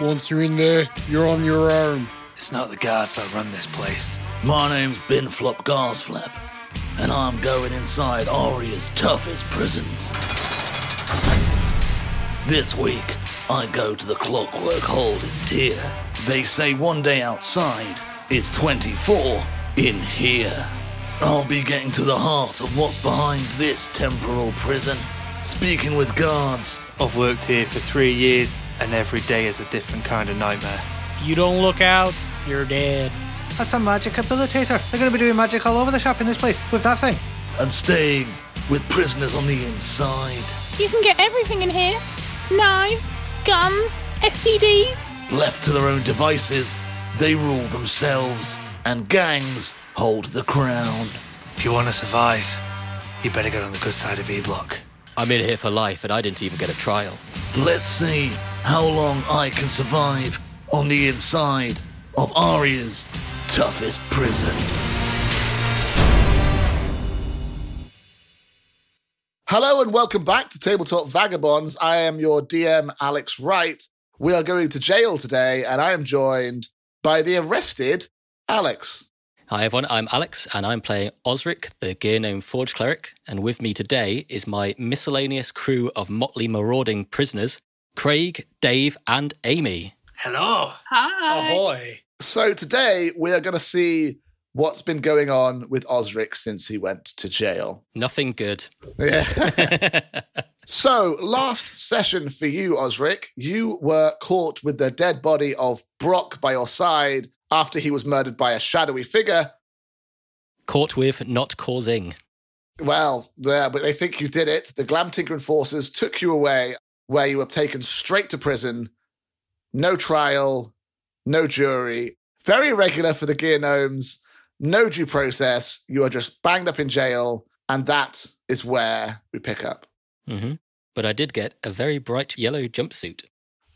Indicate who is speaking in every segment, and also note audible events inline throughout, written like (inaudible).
Speaker 1: Once you're in there, you're on your own.
Speaker 2: It's not the guards that run this place. My name's Ben Flop Garsflap, and I'm going inside Aria's toughest prisons. This week, I go to the Clockwork Hold in Deer. They say one day outside is 24 in here. I'll be getting to the heart of what's behind this temporal prison. Speaking with guards,
Speaker 3: I've worked here for three years, and every day is a different kind of nightmare.
Speaker 4: If you don't look out, you're dead.
Speaker 5: That's a magic habilitator. They're going to be doing magic all over the shop in this place with that thing.
Speaker 2: and staying with prisoners on the inside.
Speaker 6: You can get everything in here knives, guns, STDs.
Speaker 2: Left to their own devices, they rule themselves, and gangs hold the crown.
Speaker 3: If you want to survive, you better get on the good side of E Block.
Speaker 7: I'm in here for life, and I didn't even get a trial.
Speaker 2: Let's see how long I can survive on the inside of Aria's toughest prison.
Speaker 8: Hello and welcome back to Tabletop Vagabonds. I am your DM, Alex Wright. We are going to jail today, and I am joined by the arrested Alex.
Speaker 7: Hi everyone, I'm Alex, and I'm playing Osric, the gear name Forge Cleric, and with me today is my miscellaneous crew of motley marauding prisoners, Craig, Dave, and Amy.
Speaker 3: Hello.
Speaker 6: Hi.
Speaker 4: Ahoy.
Speaker 8: So today we are going to see what's been going on with Osric since he went to jail.
Speaker 7: Nothing good.
Speaker 8: Yeah. so last session for you, Osric, you were caught with the dead body of Brock by your side after he was murdered by a shadowy figure.
Speaker 7: Caught with not causing.
Speaker 8: Well, yeah, but they think you did it. The Glam Tinker Enforcers took you away, where you were taken straight to prison. No trial, no jury. Very irregular for the Gear Gnomes. No due process. You are just banged up in jail. And that is where we pick up.
Speaker 7: hmm But I did get a very bright yellow jumpsuit.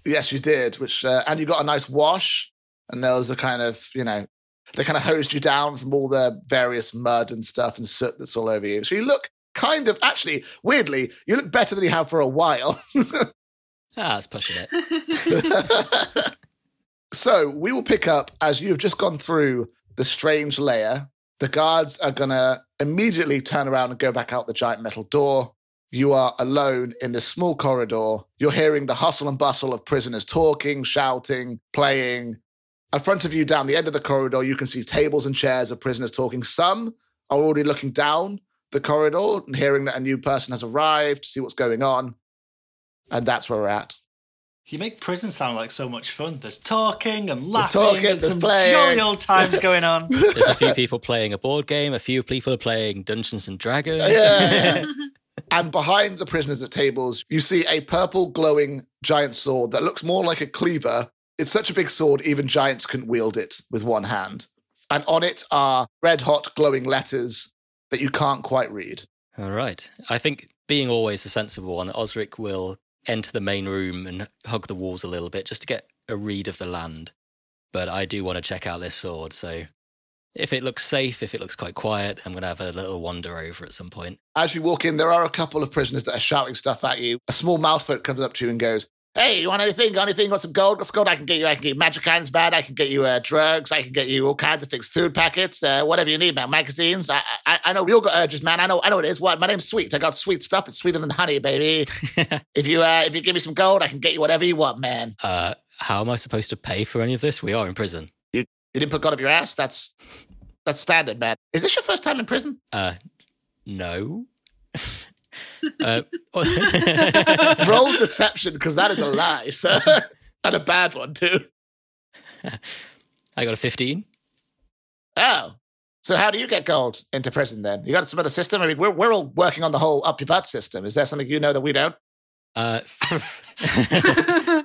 Speaker 8: Yes, you did. Which uh, and you got a nice wash, and there was a kind of you know they kind of hosed you down from all the various mud and stuff and soot that's all over you. So you look kind of actually weirdly you look better than you have for a while. (laughs)
Speaker 7: Ah, that's pushing it.
Speaker 8: so we will pick up as you've just gone through the strange layer. The guards are gonna immediately turn around and go back out the giant metal door. You are alone in this small corridor. You're hearing the hustle and bustle of prisoners talking, shouting, playing. In front of you, down the end of the corridor, you can see tables and chairs of prisoners talking. Some are already looking down the corridor and hearing that a new person has arrived to see what's going on. And that's where we're at.
Speaker 3: You make prison sound like so much fun. There's talking and laughing,
Speaker 8: talking,
Speaker 3: and
Speaker 8: there's
Speaker 3: some
Speaker 8: playing.
Speaker 3: jolly old times
Speaker 8: (laughs)
Speaker 3: going on.
Speaker 7: There's a few people playing a board game, a few people are playing Dungeons and Dragons. (laughs)
Speaker 8: Yeah. and behind the prisoners at tables, you see a purple glowing giant sword that looks more like a cleaver. It's such a big sword, even giants couldn't wield it with one hand. And on it are red hot glowing letters that you can't quite read.
Speaker 7: All right. I think being always a sensible one, Osric will enter the main room and hug the walls a little bit just to get a read of the land. But I do want to check out this sword, so if it looks safe, if it looks quite quiet, I'm going to have a little wander over at some point.
Speaker 8: As you walk in, there are a couple of prisoners that are shouting stuff at you. A small mousefolk comes up to you and goes, Hey, you want anything? Got anything? Got some gold? Got some gold? I can get you. I can get you magic items, man. I can get you uh, drugs. I can get you all kinds of things, food packets, uh, whatever you need, man. Magazines. I, I, I know we all got urges, man. I know. I know what it is. What? My name's Sweet. I got sweet stuff. It's sweeter than honey, baby. if you uh, if you give me some gold, I can get you whatever you want, man.
Speaker 7: Uh, how am I supposed to pay for any of this? We are in prison.
Speaker 8: You didn't put gold up your ass. That's that's standard, man. Is this your first time in prison?
Speaker 7: Uh, no. (laughs) uh, (laughs)
Speaker 8: Roll deception, because that is a lie, sir, (laughs) and a bad one too.
Speaker 7: I got a 15.
Speaker 8: Oh. So how do you get gold into prison then? You got some other system? I mean, we're, we're all working on the whole up your butt system. Is there something you know that we don't?
Speaker 7: Uh, (laughs)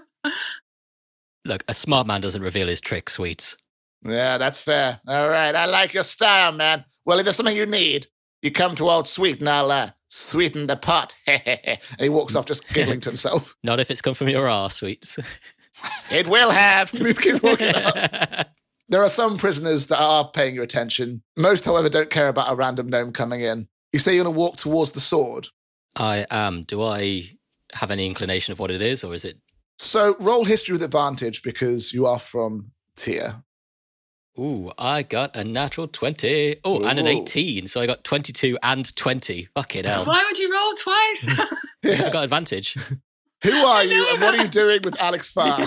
Speaker 7: look, a smart man doesn't reveal his tricks, sweets.
Speaker 8: Yeah, that's fair. All right. I like your style, man. Well, if there's something you need, you come to old sweet and I'll uh, sweeten the pot. (laughs) and he walks off just giggling to himself.
Speaker 7: Not if it's come from your ass, sweets.
Speaker 8: It will (laughs) have. He keeps walking up.
Speaker 7: (laughs)
Speaker 8: There are some prisoners that are paying you attention. Most, however, don't care about a random gnome coming in. You say you're going to walk towards the sword.
Speaker 7: I am. Do I have any inclination of what it is, or is it?
Speaker 8: So roll history with advantage because you are from Tier.
Speaker 7: Ooh, I got a natural 20. Oh, and an
Speaker 8: Ooh.
Speaker 7: 18. So I got 22 and 20. Fucking hell.
Speaker 9: Why would you roll twice? (laughs)
Speaker 7: Because I got advantage. (laughs)
Speaker 8: Who are you
Speaker 9: know.
Speaker 8: and what are you doing with Alex Farr?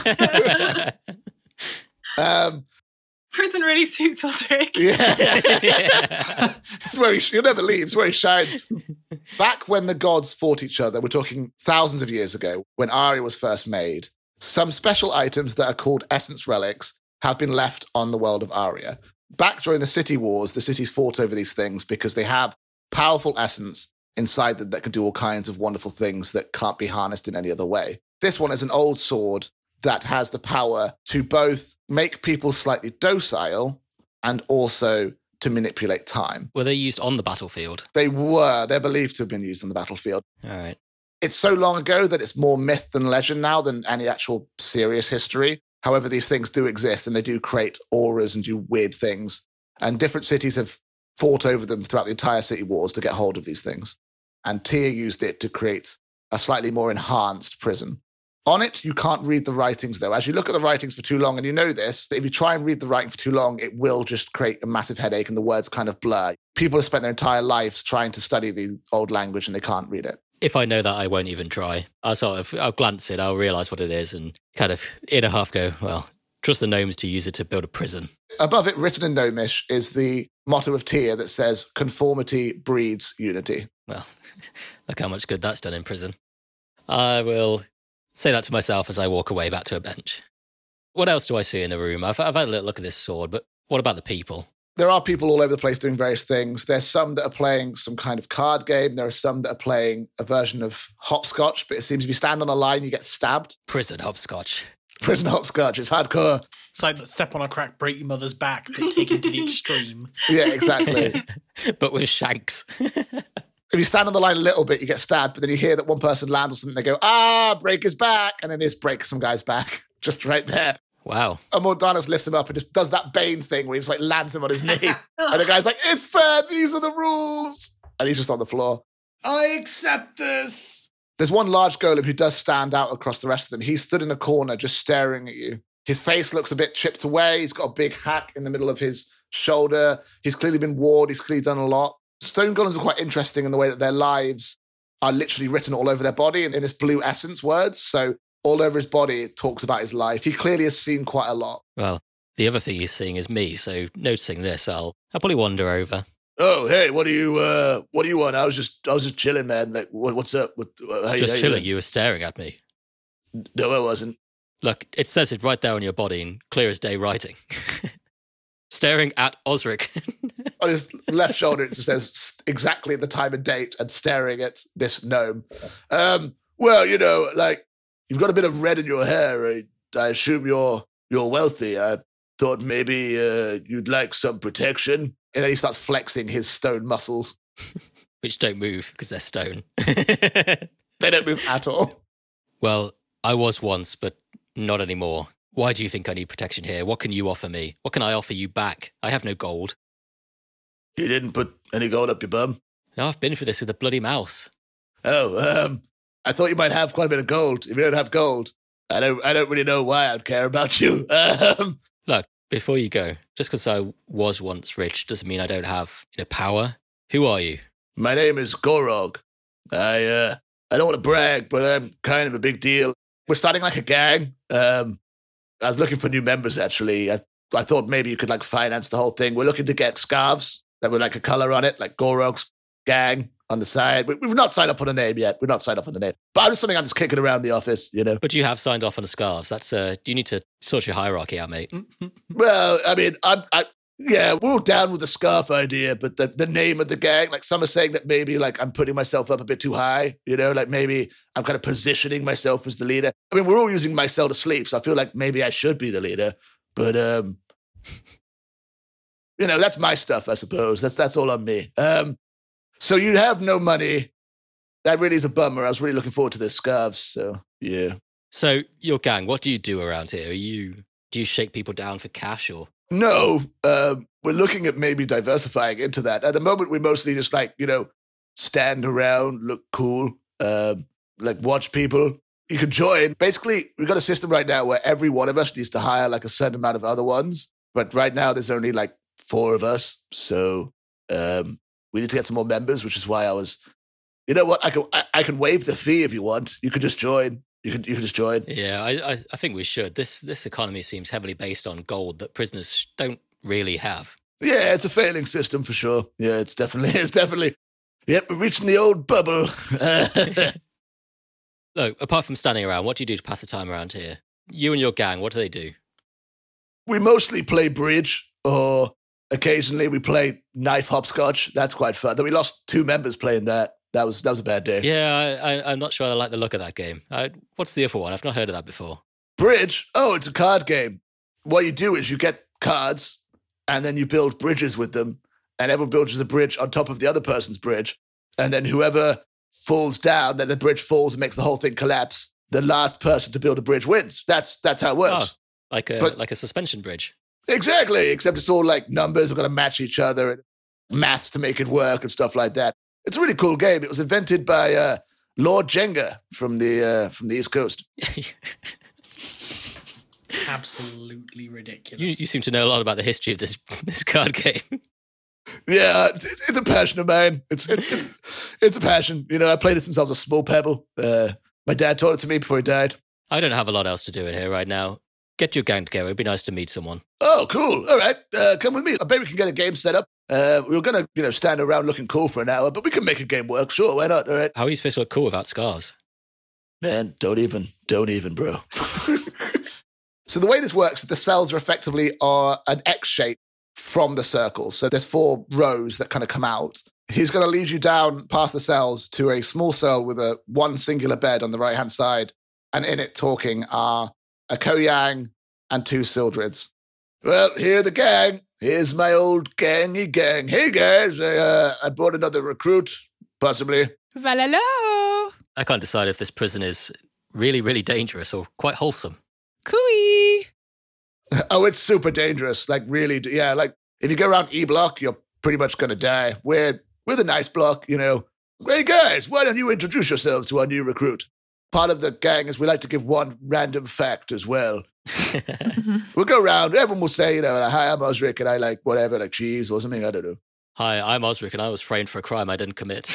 Speaker 8: um,
Speaker 9: Prison really suits us, Rick.
Speaker 8: yeah.
Speaker 7: Yeah.
Speaker 8: It's where he, he'll never leave. It's where he shines. Back when the gods fought each other, we're talking thousands of years ago, when Ari was first made, some special items that are called essence relics have been left on the world of Aria. Back during the city wars, the cities fought over these things because they have powerful essence inside them that can do all kinds of wonderful things that can't be harnessed in any other way. This one is an old sword that has the power to both make people slightly docile and also to manipulate time.
Speaker 7: Were they used on the battlefield?
Speaker 8: They were. They're believed to have been used on the battlefield.
Speaker 7: All right.
Speaker 8: It's so long ago that it's more myth than legend now than any actual serious history. However, these things do exist and they do create auras and do weird things. And different cities have fought over them throughout the entire city wars to get hold of these things. And Tyr used it to create a slightly more enhanced prison. On it, you can't read the writings, though. As you look at the writings for too long, and you know this, that if you try and read the writing for too long, it will just create a massive headache and the words kind of blur. People have spent their entire lives trying to study the old language and they can't read it.
Speaker 7: If I know that, I won't even try. I sort of, I'll glance it, I'll realize what it is, and kind of in a half go, well, trust the gnomes to use it to build a prison.
Speaker 8: Above it, written in Gnomish, is the motto of Tyr that says, Conformity breeds unity.
Speaker 7: Well, (laughs) look how much good that's done in prison. I will say that to myself as I walk away back to a bench. What else do I see in the room? I've, I've had a little look at this sword, but what about the people?
Speaker 8: There are people all over the place doing various things. There's some that are playing some kind of card game. There are some that are playing a version of hopscotch, but it seems if you stand on a line, you get stabbed. (laughs)
Speaker 7: Prison hopscotch. (laughs)
Speaker 8: Prison hopscotch is hardcore.
Speaker 4: It's like the step on a crack, break your mother's back, but taken to the extreme.
Speaker 8: (laughs) Yeah, exactly.
Speaker 4: (laughs)
Speaker 7: but with shanks. (laughs)
Speaker 8: if you stand on the line a little bit, you get stabbed, but then you hear that one person lands on something, they go, ah, break his back. And then this breaks some guy's back (laughs) just right there.
Speaker 7: wow.
Speaker 8: And Mordanus lifts him up and just does that Bane thing where he just like lands him on his knee. and the guy's like, it's fair, these are the rules. And he's just on the floor.
Speaker 1: I accept this.
Speaker 8: There's one large golem who does stand out across the rest of them. He stood in a corner just staring at you. His face looks a bit chipped away. He's got a big hack in the middle of his shoulder. He's clearly been warred. He's clearly done a lot. Stone golems are quite interesting in the way that their lives are literally written all over their body and in this blue essence words. So all over his body, it talks about his life. He clearly has seen quite a lot.
Speaker 7: Well, the other thing he's seeing is me, so noticing this, I'll, I'll probably wander over.
Speaker 8: Oh, hey, what do you, uh, what do you want? I was just, I was just chilling, man. Like, what, what's up? What, uh, how
Speaker 7: Just
Speaker 8: how
Speaker 7: chilling, you were staring at me.
Speaker 8: doing? No, I wasn't.
Speaker 7: Look, it says it right there on your body in clear as day writing. (laughs) staring at Osric. (laughs)
Speaker 8: on his left shoulder, it just says s- exactly the time and date and staring at this gnome. Um, well, you know, like you've got a bit of red in your hair. I, I assume you're you're wealthy. I thought maybe uh, you'd like some protection. And then he starts flexing his stone muscles.
Speaker 7: which don't move because they're stone. (laughs)
Speaker 8: They don't move at all.
Speaker 7: well, I was once, but not anymore. Why do you think I need protection here? What can you offer me? What can I offer you back? I have no gold.
Speaker 8: You didn't put any gold up your bum.
Speaker 7: Now I've been through this with a bloody mouse.
Speaker 8: Oh, um, I thought you might have quite a bit of gold. If you don't have gold, I don't. I don't really know why I'd care about you. (laughs) Um,
Speaker 7: Look, before you go, just because I was once rich doesn't mean I don't have you know, power. Who are you?
Speaker 8: My name is Gorog. I uh, I don't want to brag, but I'm kind of a big deal. We're starting like a gang. Um, I was looking for new members actually. I I thought maybe you could like finance the whole thing. We're looking to get scarves that were like a color on it, like Gorog's gang on the side. We, we've not signed up on a name yet. We've not signed up on a name, but it's something I'm just kicking around the office, you know.
Speaker 7: But you have signed off on the scarves. That's uh, you need to sort your hierarchy out, mate.
Speaker 8: Well, I mean, I'm, I, yeah, we're all down with the scarf idea, but the, the name of the gang, like some are saying that maybe like I'm putting myself up a bit too high, you know, like maybe I'm kind of positioning myself as the leader. I mean, we're all using myself to sleep, so I feel like maybe I should be the leader, but, um, you know, that's my stuff, I suppose. That's, that's all on me. Um, so you have no money. That really is a bummer. I was really looking forward to the scarves, so yeah.
Speaker 7: So, your gang, what do you do around here? Are you do you shake people down for cash or
Speaker 8: No, um, we're looking at maybe diversifying into that. At the moment, we mostly just like you know stand around, look cool, um, like uh, watch people, You can join. Basically, we've got a system right now where every one of us needs to hire like a certain amount of other ones. But right now, there's only like four of us. So um, we need to get some more members, which is why I was, you know what? I can, I, I can waive the fee if you want. You could just join. You could, you could just join.
Speaker 7: Yeah, I, I, I think we should. This this economy seems heavily based on gold that prisoners don't really have.
Speaker 8: Yeah, it's a failing system for sure. Yeah, it's definitely, (laughs) it's definitely. Yep, we're reaching the old bubble. (laughs)
Speaker 7: Look, apart from standing around, what do you do to pass the time around here? You and your gang, what do they do?
Speaker 8: we mostly play bridge, or occasionally we play knife hopscotch. That's quite fun. Though we lost two members playing that. That was that was a bad day.
Speaker 7: Yeah, I, I, I'm not sure I like the look of that game. I, what's the other one? I've not heard of that before.
Speaker 8: Bridge. Oh, it's a card game. What you do is you get cards and then you build bridges with them, and everyone builds a bridge on top of the other person's bridge, and then whoever falls down, then the bridge falls and makes the whole thing collapse. The last person to build a bridge wins. That's that's how it works.
Speaker 7: Oh, like a
Speaker 8: But-
Speaker 7: like a suspension bridge.
Speaker 8: Exactly. Except it's all like numbers are going to match each other and maths to make it work and stuff like that. It's a really cool game. It was invented by uh, Lord Jenga from the uh, from the East Coast.
Speaker 7: you,
Speaker 4: Absolutely ridiculous.
Speaker 7: you seem to know a lot about the history of this (laughs) this card game. (laughs)
Speaker 8: Yeah, it's, it's a passion of mine. It's it's, it's it's a passion. You know, I played it since I was a small pebble. Uh, my dad taught it to me before he died.
Speaker 7: I don't have a lot else to do in here right now. Get your gang together. It'd be nice to meet someone.
Speaker 8: Oh, cool. All right, uh, come with me. I bet we can get a game set up. Uh, we were gonna, you know, stand around looking cool for an hour, but we can make a game work. Sure, why not? All right,
Speaker 7: How are you supposed to look cool without scars?
Speaker 8: Man, don't even, don't even, bro. (laughs) so the way this works, the cells are effectively are an X shape from the circle. So there's four rows that kind of come out. He's going to lead you down past the cells to a small cell with a one singular bed on the right hand side, and in it talking are a Koyang and two Sildreds. Well, here the gang. Here's my old gangy gang. Hey guys, I, uh, I brought another recruit, possibly.
Speaker 6: Valalo.
Speaker 7: I can't decide if this prison is really, really dangerous or quite wholesome.
Speaker 6: Cooey.
Speaker 8: Oh, it's super dangerous. Like really, d- yeah. Like if you go around E Block, you're pretty much gonna die. We're we're the nice block, you know. Hey guys, why don't you introduce yourselves to our new recruit? Part of the gang is we like to give one random fact as well. (laughs) we'll go around. Everyone will say, you know, like, hi, I'm Osric, and I like whatever, like cheese or something. I don't know.
Speaker 7: Hi, I'm Osric, and I was framed for a crime I didn't commit.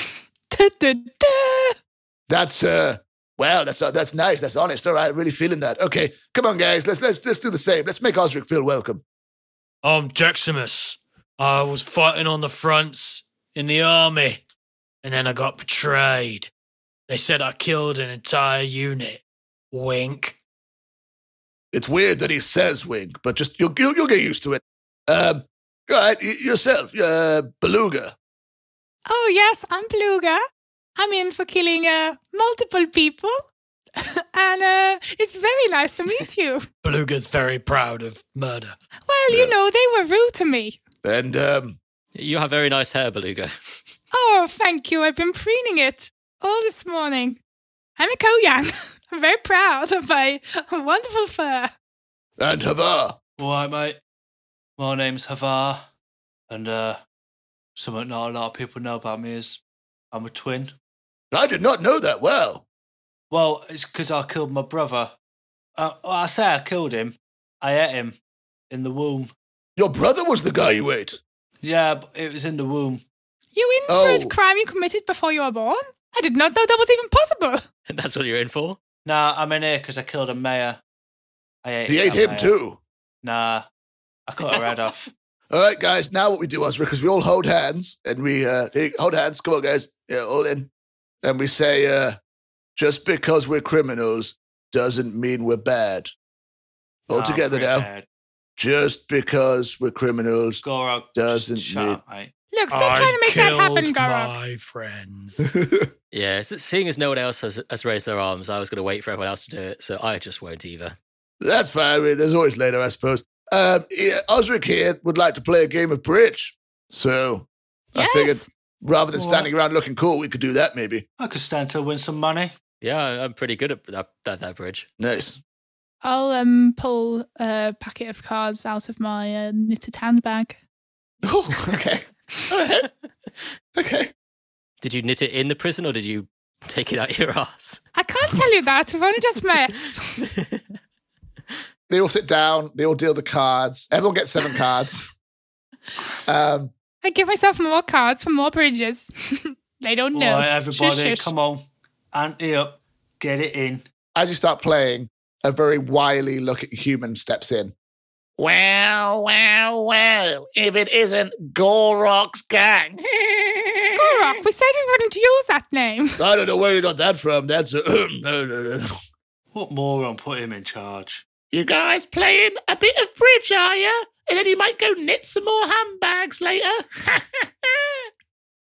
Speaker 6: Da, da, da.
Speaker 8: That's uh, well, that's that's nice. That's honest. All right, really feeling that. Okay, come on, guys. Let's let's let's do the same. Let's make Osric feel welcome.
Speaker 1: I'm Jaximus. Um, I was fighting on the fronts in the army, and then I got betrayed. They said I killed an entire unit. Wink.
Speaker 8: It's weird that he says wink, but just you'll you'll, you'll get used to it. Um, all right, y- yourself, uh, beluga.
Speaker 6: Oh, yes, I'm Pluga. I'm in for killing uh, multiple people. (laughs) and uh, it's very nice to meet you.
Speaker 1: (laughs) Beluga's very proud of murder.
Speaker 6: Well, you know, they were rude to me.
Speaker 8: And um,
Speaker 7: you have very nice hair, Beluga. (laughs)
Speaker 6: Oh, thank you. I've been preening it all this morning. I'm a Koyan. (laughs) I'm very proud of my (laughs) wonderful fur.
Speaker 8: and hava.
Speaker 3: All right, mate. My name's Havar, and uh, something not a lot of people know about me is I'm a twin.
Speaker 8: I did not know that. Wow.
Speaker 3: Well, it's because I killed my brother. Uh, I say I killed him. I ate him in the womb.
Speaker 8: Your brother was the guy you ate.
Speaker 3: Yeah, but it was in the womb.
Speaker 6: You in for
Speaker 8: Oh.
Speaker 6: a crime you committed before you were born? I did not know that was even possible.
Speaker 7: That's what you're in for.
Speaker 3: Nah, I'm in here because I killed a mayor. I ate.
Speaker 8: He ate
Speaker 3: that
Speaker 8: him
Speaker 3: mayor.
Speaker 8: too.
Speaker 3: Nah, I cut her head
Speaker 8: (laughs)
Speaker 3: off.
Speaker 8: All right, guys. Now what we do, Osric, is we all hold hands and we uh, hey, hold hands. Come on, guys. Yeah, all in. And we say, uh, just because we're criminals doesn't mean we're bad. All
Speaker 3: Nah,
Speaker 8: together
Speaker 3: pretty
Speaker 8: now.
Speaker 3: bad.
Speaker 8: Just because we're
Speaker 3: (laughs)
Speaker 8: criminals.
Speaker 3: Goro
Speaker 8: Doesn't
Speaker 3: shut
Speaker 8: need-
Speaker 3: up, mate.
Speaker 6: Look, stop trying to make that happen,
Speaker 1: killed
Speaker 6: Garob.
Speaker 1: My friends.
Speaker 7: Yeah, s- seeing as no one else has, has raised their arms, I was going to wait for everyone else to do it, so I just won't either.
Speaker 8: That's fine. I mean, There's always later, I suppose. Um, yeah, Osric here would like to play a game of bridge. So
Speaker 6: Yes.
Speaker 8: I figured rather than standing around looking cool, we could do that maybe.
Speaker 3: I could stand to win some money.
Speaker 7: Yeah, I- I'm pretty good at that, that, that bridge.
Speaker 8: Nice.
Speaker 6: I'll um, pull a packet of cards out of my uh, knitted handbag.
Speaker 8: (laughs) Oh, okay. All right. Okay.
Speaker 7: Did you knit it in the prison or did you Take it out your (laughs) ass.
Speaker 6: I can't tell you that. We've only just met.
Speaker 8: They all sit down. They all deal the cards. Everyone gets seven cards. Um,
Speaker 6: I give myself more cards for more bridges. (laughs) they don't know.
Speaker 3: All right, everybody,
Speaker 6: Shush, shush.
Speaker 3: come on. Ante up. Get it in.
Speaker 8: as you start playing, a very wily look at human steps in. Well, well, well. If it isn't Gorok's gang.
Speaker 6: Gorok, we said we wouldn't use that name. (laughs)
Speaker 2: I don't know where you got that from. That's
Speaker 8: (clears throat)
Speaker 2: a.
Speaker 3: What moron put him in charge?
Speaker 2: you guys playing a bit of bridge, are you? And then you might go knit some more handbags later.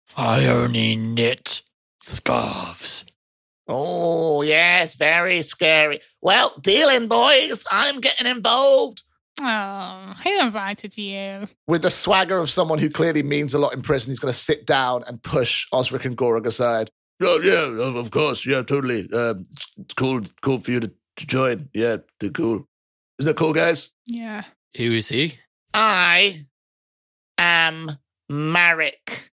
Speaker 2: (laughs)
Speaker 1: I only knit scarves.
Speaker 2: oh, yes, very scary. Well, dealing, boys. I'm getting involved.
Speaker 6: Oh, I invited you.
Speaker 8: With the swagger of someone who clearly means a lot in prison, he's going to sit down and push Osric and Gorog aside.
Speaker 2: Oh, yeah, of of course. Yeah, totally. Um, it's- it's cool, cool for you to, to join. Yeah, they're cool. Isn't that cool, guys?
Speaker 6: Yeah.
Speaker 7: (laughs) Who is he?
Speaker 2: I am Marek.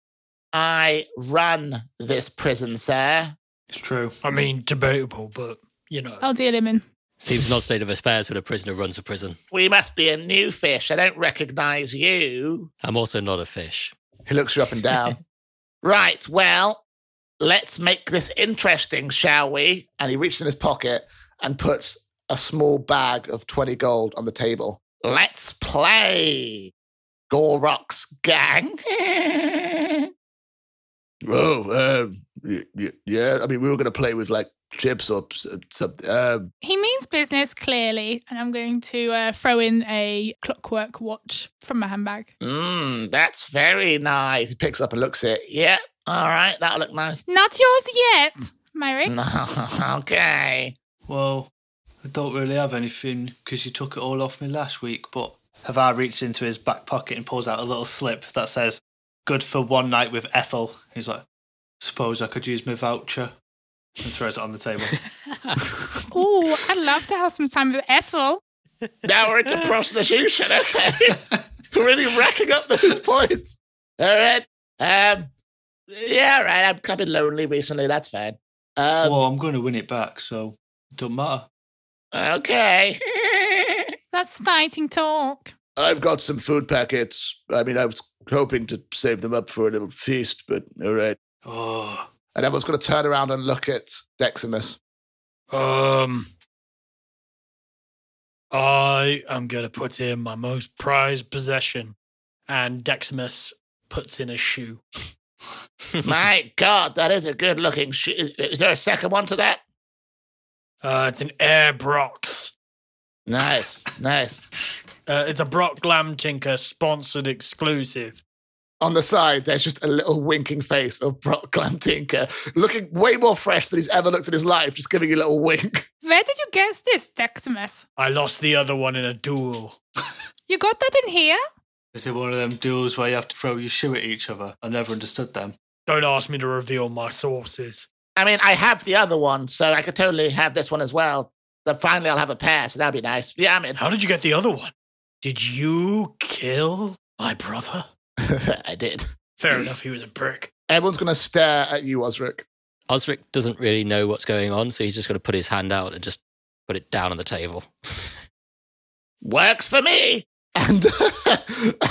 Speaker 2: I run this prison, sir.
Speaker 3: It's true.
Speaker 1: I mean, debatable, but you know.
Speaker 6: Oh, dear Lemon.
Speaker 7: Seems an odd state of affairs when a prisoner runs a prison.
Speaker 2: We must be a new fish. I don't recognize you.
Speaker 7: I'm also not a fish.
Speaker 8: He looks you up and (laughs) down.
Speaker 2: Right, well, let's make this interesting, shall we?
Speaker 8: and he reaches in his pocket and puts a small bag of 20 gold on the table.
Speaker 2: Let's play Gorok's gang.
Speaker 8: (laughs) Oh, um, y- y- yeah. I mean, we were going to play with like chips or s- something. Um,
Speaker 6: He means business, clearly. And I'm going to uh, throw in a clockwork watch from my handbag.
Speaker 2: Mmm, that's very nice.
Speaker 8: he picks up and looks at it.
Speaker 2: Yeah, all right, that'll look nice.
Speaker 6: Not yours yet, Myrick.
Speaker 2: okay.
Speaker 3: Well, I don't really have anything because you took it all off me last week, but Havar reached into his back pocket and pulls out a little slip that says, Good for one night with Ethel. He's like, Suppose I could use my voucher and throws it on the table. (laughs)
Speaker 6: Oh, I'd love to have some time with Ethel.
Speaker 2: Now we're into prostitution, okay? really racking up
Speaker 8: His
Speaker 2: those (laughs)
Speaker 8: points.
Speaker 2: All right. Um, yeah, all right. I've kind of been lonely recently. That's fine. Um,
Speaker 3: well, I'm going to win it back, so it don't matter.
Speaker 2: okay.
Speaker 6: That's fighting talk.
Speaker 8: (laughs) I've got some food packets. I mean, I was hoping to save them up for a little feast, but all right.
Speaker 3: Oh,
Speaker 8: And everyone's going to turn around and look at Deximus.
Speaker 6: Oh.
Speaker 1: Um, I am gonna put in my most prized possession, and Deximus puts in a shoe.
Speaker 2: (laughs) My God, that is a good looking shoe. Is, is there a second one to that?
Speaker 1: Uh, it's an Air Brox.
Speaker 8: (laughs)
Speaker 2: Nice, nice.
Speaker 1: Uh, it's a Brock Glam Tinker sponsored exclusive.
Speaker 8: On the side, there's just a little winking face of Brock (laughs) Glamtinker, looking way more fresh than he's ever looked in his life, just giving you a little wink.
Speaker 6: Where did you guess this, Deximus?
Speaker 1: I lost the other one in a duel.
Speaker 6: You got that in here?
Speaker 3: is it one of them duels where you have to throw your shoe at each other? I never understood them.
Speaker 1: Don't ask me to reveal my sources.
Speaker 2: I mean, I have the other one, so I could totally have this one as well. But finally, I'll have a pair, so that'll be nice. Yeah,
Speaker 8: (laughs)
Speaker 2: I'm in.
Speaker 1: How did you get the other one? Did you kill my brother?
Speaker 2: I did.
Speaker 3: (laughs)
Speaker 1: Fair enough, he was a prick.
Speaker 8: Everyone's going to stare at you, Osric.
Speaker 7: Osric doesn't really know what's going on, so he's just going to put his hand out and just put it down on the table. (laughs)
Speaker 2: Works for me.
Speaker 8: (laughs) and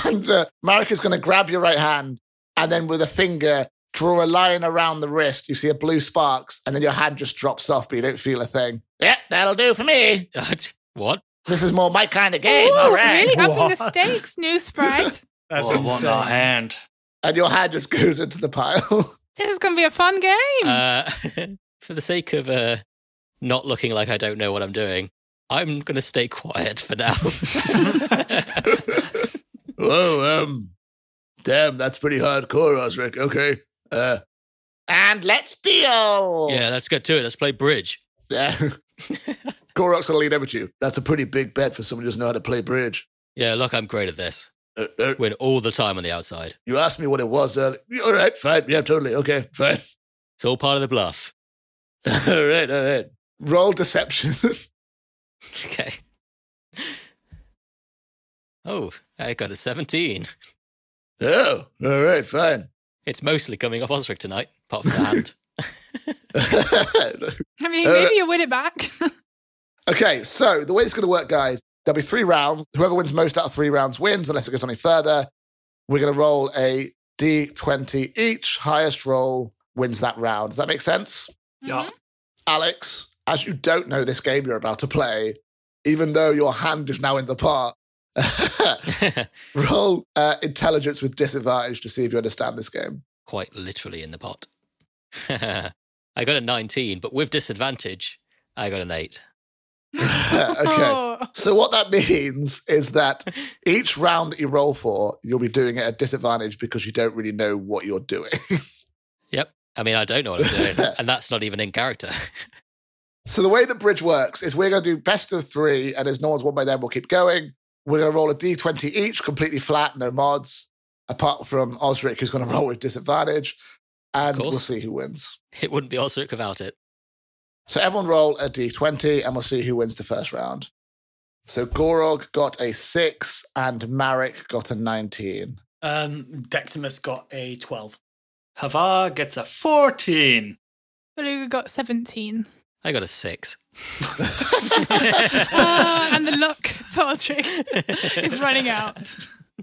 Speaker 8: and uh, Marek is going to grab your right hand and then with a finger draw a line around the wrist. You see a blue sparks, and then your hand just drops off, but you don't feel a thing.
Speaker 2: Yep, that'll do for me.
Speaker 7: what?
Speaker 2: This is more my kind of game.
Speaker 6: Ooh,
Speaker 2: All right.
Speaker 6: really upping the
Speaker 1: What?
Speaker 6: stakes, new sprite.
Speaker 1: That's
Speaker 3: well, I want that
Speaker 1: insane.
Speaker 3: hand.
Speaker 8: And your hand just goes into the
Speaker 6: (laughs)
Speaker 8: pile.
Speaker 6: this is going to be a fun game.
Speaker 7: (laughs) Uh, for the sake of uh, not looking like I don't know what I'm doing, I'm going to stay quiet for now. (laughs)
Speaker 2: Whoa, um, damn, that's pretty hardcore, Osric. Okay. Uh, and let's deal.
Speaker 7: yeah, let's get to it. Let's play bridge.
Speaker 6: (laughs)
Speaker 8: yeah. Gorok's going to lean over to you. That's a pretty big bet for someone who doesn't know how to play bridge.
Speaker 7: Yeah, look, I'm great at this.
Speaker 8: Uh, uh,
Speaker 7: Win all the time on the outside.
Speaker 8: you asked me what it was earlier. All right, fine. Yeah, totally. Okay, fine. (laughs)
Speaker 7: It's all part of the bluff. (laughs)
Speaker 8: all right, all right. Roll deception. (laughs)
Speaker 7: Okay. Oh, I got a 17.
Speaker 8: oh, all right, fine. (laughs)
Speaker 6: (laughs)
Speaker 7: It's mostly coming off Osric tonight, apart from the hand.
Speaker 6: I mean,
Speaker 8: Uh,
Speaker 6: maybe you win it back.
Speaker 8: Okay, so the way it's going to work, guys, there'll be three rounds. Whoever wins most out of three rounds wins, unless it goes any further. We're going to roll a d20 each. Highest roll wins that round. Does that make sense?
Speaker 3: Yeah.
Speaker 8: Alex, as you don't know this game you're about to play, even though your hand is now in the pot, (laughs) roll uh, intelligence with disadvantage to see if you understand this game.
Speaker 7: (laughs)
Speaker 8: (laughs)
Speaker 7: Quite literally in the pot. (laughs) I got a 19, but with disadvantage, I got an 8.
Speaker 6: (laughs)
Speaker 8: okay.
Speaker 6: Oh,
Speaker 8: So what that means is
Speaker 7: (laughs)
Speaker 8: that each round that you roll for, you'll be doing it at disadvantage because you don't really know what you're doing. (laughs)
Speaker 7: Yep. I mean, I don't know what I'm doing, and that's not even in character. (laughs)
Speaker 8: so the way the bridge works is we're going to do best of three, and as no one's won by then, we'll keep going. We're going to roll a d20 each, completely flat, no mods, apart from Osric, who's going to (laughs) roll with disadvantage, and
Speaker 7: Of course.
Speaker 8: we'll see who wins.
Speaker 7: It wouldn't be Osric without it.
Speaker 8: So everyone roll a d20, and we'll see who wins the first round. So Gorog got a six, and Marek got a 19.
Speaker 4: Um, Deximus got a 12.
Speaker 3: Havar gets a 14.
Speaker 6: Beluga got 17.
Speaker 7: I got a 6.
Speaker 6: Oh, and the luck poetry is running out.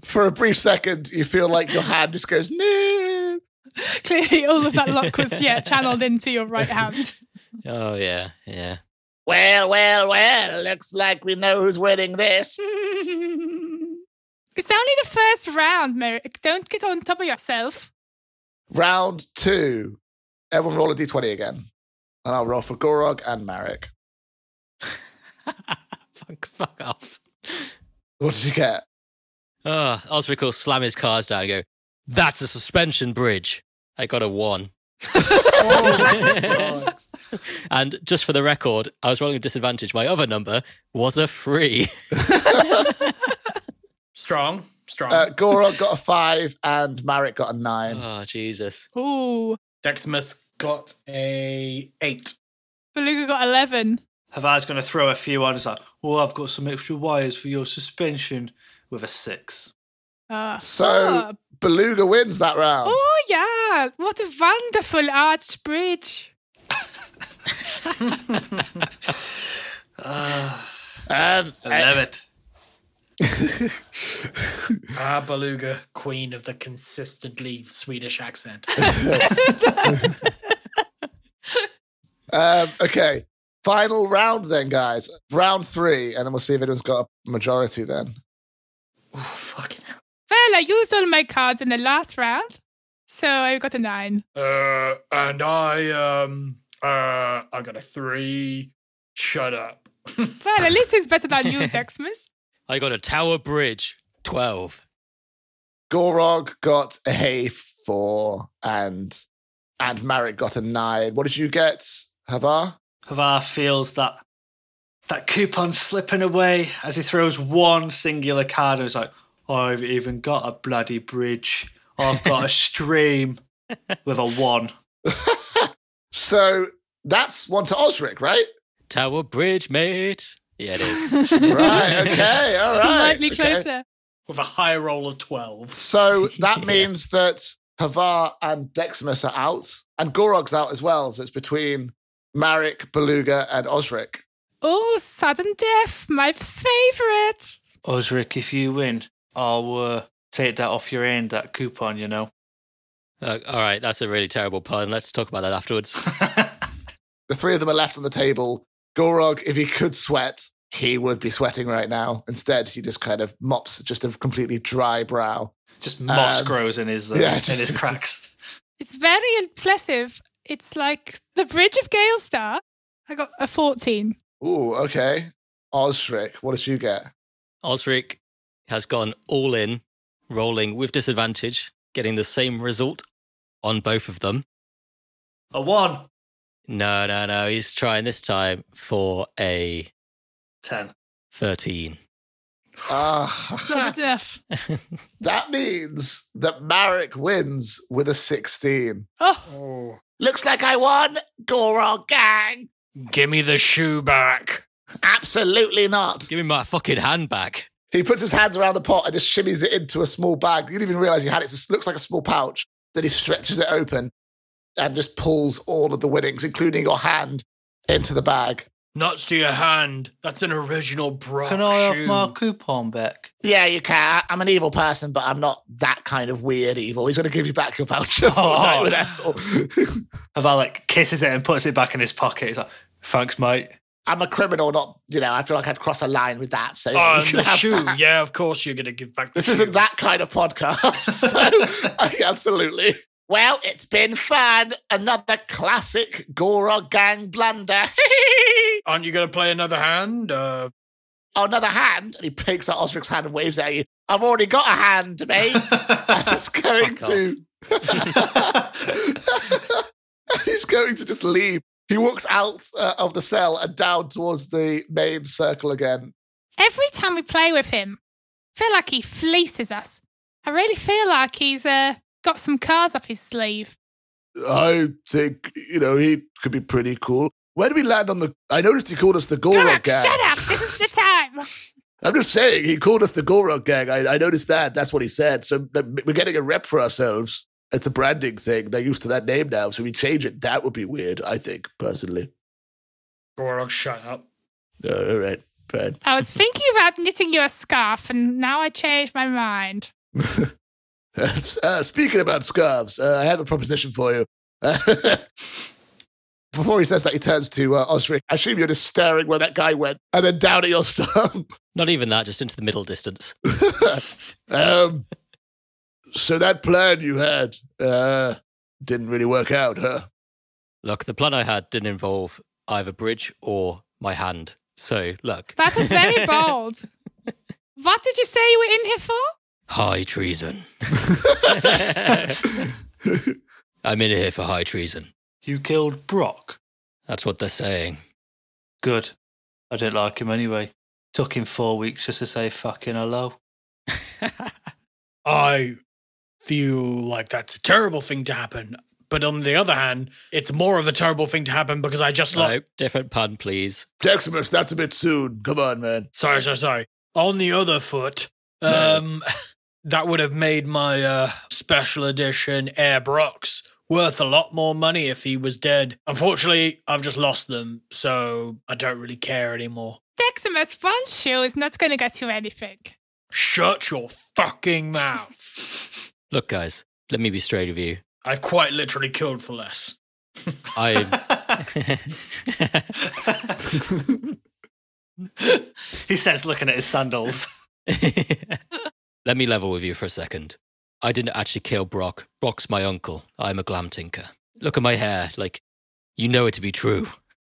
Speaker 8: for a brief second, you feel like your hand just goes, no.
Speaker 6: Clearly, all of that luck was yeah channeled into your right hand.
Speaker 7: Oh, yeah. Yeah.
Speaker 2: Well, well, well, looks like we know who's winning this.
Speaker 6: (laughs) It's only the first round, Merrick. Don't get on top of yourself.
Speaker 8: Round two. Everyone roll a d20 again. And I'll roll for Gorog and Marek.
Speaker 7: Fuck, fuck off.
Speaker 8: What did you get?
Speaker 7: Oh, Osric will slam his cars down and go, That's a suspension bridge. I got a 1. Oh, and just for the record, I was rolling a disadvantage. My other number was a 3.
Speaker 4: Strong.
Speaker 8: (laughs)
Speaker 4: Strong.
Speaker 8: Uh, Gorog got a five and Marek got
Speaker 2: Uh,
Speaker 8: a
Speaker 7: (laughs)
Speaker 8: nine.
Speaker 7: Oh, Jesus.
Speaker 6: Ooh,
Speaker 4: Deximus got a 8.
Speaker 6: Beluga got eleven.
Speaker 3: Havar's going to throw a few on. He's like, oh, I've got some extra wires for your suspension with a six.
Speaker 6: Uh,
Speaker 8: So Beluga wins that round.
Speaker 6: oh yeah, what a wonderful arch bridge.
Speaker 8: Um,
Speaker 4: Eh.
Speaker 3: I love it.
Speaker 4: Ah, Beluga, queen of the consistently Swedish accent.
Speaker 8: um, okay. Final round then, guys. Round three, and then we'll see if anyone's got a majority then.
Speaker 1: Mm-hmm.
Speaker 4: Fucking hell.
Speaker 6: Well, I used all my cards in the last round, so I got a nine.
Speaker 4: Uh, and I, um, uh, I got a 3. Shut
Speaker 1: (laughs)
Speaker 4: up.
Speaker 6: Well, at least it's better than you, (laughs) Dexmus.
Speaker 7: I got a tower bridge. 12.
Speaker 8: Gorog got a four and and Marek got a nine. What did you get, Havar?
Speaker 3: Havar feels that that coupon slipping away as he throws one singular card. He's like, I've even got a bloody bridge. I've
Speaker 4: (laughs)
Speaker 3: got a stream with a one.
Speaker 8: So that's one to Osric,
Speaker 6: (laughs)
Speaker 8: right?
Speaker 7: Tower bridge, mate. Yeah, it is.
Speaker 8: Right, okay, all right.
Speaker 6: Slightly
Speaker 8: okay.
Speaker 6: closer.
Speaker 4: With a high roll of 12.
Speaker 6: (laughs)
Speaker 8: So that means that Havar and Deximus are out, and Gorog's out as well. So it's between Marek, Beluga, and Osric.
Speaker 6: Oh, sudden death, my favorite.
Speaker 3: Osric, if you win, I'll uh, take that off your end, that coupon, you know.
Speaker 7: Uh, all right, that's a really terrible pun. Let's talk about that afterwards.
Speaker 8: The three of them are left on the table. Gorog, if he could sweat, he would be sweating right now. Instead, he just kind of mops just a completely dry brow.
Speaker 3: Just moss
Speaker 8: Um,
Speaker 3: grows in his uh,
Speaker 8: yeah,
Speaker 3: in
Speaker 8: (laughs)
Speaker 3: his
Speaker 8: just-
Speaker 3: cracks.
Speaker 6: It's very impressive. It's like the Bridge of Galestar. I got a 14.
Speaker 8: Ooh, okay. Osric, what did you get?
Speaker 7: Osric has gone all in, rolling with disadvantage, getting the same result on both of them.
Speaker 3: A one.
Speaker 7: No, no, no. He's trying this time for a
Speaker 3: Ten.
Speaker 7: 13.
Speaker 6: It's
Speaker 8: Ah,
Speaker 6: (laughs) not good enough.
Speaker 8: that means that Marek wins with a 16.
Speaker 6: Oh,
Speaker 4: Oh.
Speaker 8: Looks like I won, Gorog gang.
Speaker 1: Give me the shoe back.
Speaker 8: Absolutely not.
Speaker 7: Give me my fucking hand back.
Speaker 8: He puts his hands around the pot and just shimmies it into a small bag. You didn't even realize you had it. It looks like a small pouch. Then he stretches it open. and just pulls all of the winnings, including your hand, into the bag.
Speaker 4: Nuts to your hand. That's an original Brock
Speaker 3: Can I have
Speaker 4: shoe.
Speaker 3: my coupon back?
Speaker 8: Yeah, you can. I'm an evil person, but I'm not that kind of weird evil. He's going to give you back your voucher. for
Speaker 3: Oh.
Speaker 8: a night with Ethel.
Speaker 3: Havar like kisses it and puts it back in his pocket. He's like, thanks, (laughs) mate.
Speaker 8: I'm a criminal, not, you know, I feel like I'd cross a line with that. So
Speaker 4: Oh,
Speaker 8: you
Speaker 4: and
Speaker 8: can (laughs)
Speaker 4: the
Speaker 8: have
Speaker 4: shoe.
Speaker 8: that.
Speaker 4: Yeah, of course you're going to give back the
Speaker 8: This
Speaker 4: shoe.
Speaker 8: isn't that kind of podcast. (laughs) So, I- absolutely. Well, it's been fun. Another classic Goro gang blunder. (laughs)
Speaker 4: Aren't you going to play another hand? Uh,
Speaker 8: oh, another hand. And he picks up Osric's hand and waves it at you. I've already got a hand,
Speaker 3: (laughs)
Speaker 8: mate. And It's going
Speaker 7: Fuck
Speaker 8: to. (laughs) He's going to just leave. He walks out uh, of the cell and down towards the main circle again.
Speaker 6: Every time we play with him, I feel like he fleeces us. I really feel like he's uh, got some cards up his sleeve.
Speaker 8: I think, you know, he could be pretty cool. Where do we land on the? I noticed he called us the Goro
Speaker 6: Durak,
Speaker 8: gang.
Speaker 6: shut up! This is the time.
Speaker 8: (laughs) I'm just saying, he called us the Goro gang. I, I noticed that. That's what he said. So th- we're getting a rep for ourselves. It's a branding thing. They're used to that name now. So we change it. That would be weird, I think, personally.
Speaker 10: Gorog, shut up.
Speaker 8: Uh, all right, fine.
Speaker 6: I was thinking about knitting you a scarf, and now I changed my mind.
Speaker 8: (laughs) uh, speaking about scarves, uh, I have a proposition for you. (laughs) Before he says that, he turns to uh, Osric. I assume you're just staring where that guy went and then down at your (laughs) stump.
Speaker 7: Not even that, just into the middle distance.
Speaker 8: um, so that plan you had uh, didn't really work out, huh?
Speaker 7: Look, the plan I had didn't involve either bridge or my hand. So, look.
Speaker 6: That was
Speaker 7: (laughs)
Speaker 6: very bold. What did you say you were in here for?
Speaker 7: High treason. (laughs) I'm in here for high treason.
Speaker 3: You killed Brock.
Speaker 7: That's what they're saying.
Speaker 3: Good. I don't like him anyway. Took him four weeks just to say fucking hello.
Speaker 4: I feel like that's a terrible thing to happen. But on the other hand, it's more of a terrible thing to happen because I just lost.
Speaker 7: No, different pun, please.
Speaker 8: Deximus, that's a bit soon. Come on, man.
Speaker 4: Sorry, sorry, sorry. On the other foot,
Speaker 8: No.
Speaker 4: um, (laughs) that would have made my uh, special edition Air Brox worth a lot more money if he was dead. Unfortunately, I've just lost them, so I don't really care anymore.
Speaker 6: Deximus, one shoe is not going to get you anything.
Speaker 4: Shut your fucking mouth.
Speaker 7: Look, guys, let me be straight with you.
Speaker 4: I've quite literally killed for less.
Speaker 7: I.
Speaker 3: He says, looking at his sandals.
Speaker 7: (laughs) Let me level with you for a second. I didn't actually kill Brock. Brock's my uncle. I'm a glam tinker. Look at my hair. Like, you know it to be true.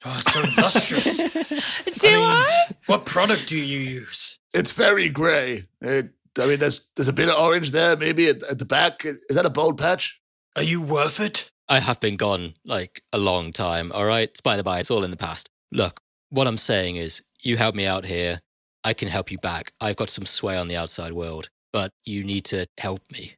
Speaker 4: Oh, it's so
Speaker 3: (laughs)
Speaker 4: lustrous.
Speaker 6: Do
Speaker 4: mean-
Speaker 6: I?
Speaker 4: what product do you use?
Speaker 8: It's very grey. It, I mean, there's there's a bit of orange there, maybe at, at the back. Is, is that a bold patch?
Speaker 4: Are you worth it?
Speaker 7: I have been gone like a long time. All right. It's by the by. It's all in the past. Look, what I'm saying is you help me out here. I can help you back. I've got some sway on the outside world, but you need to help me.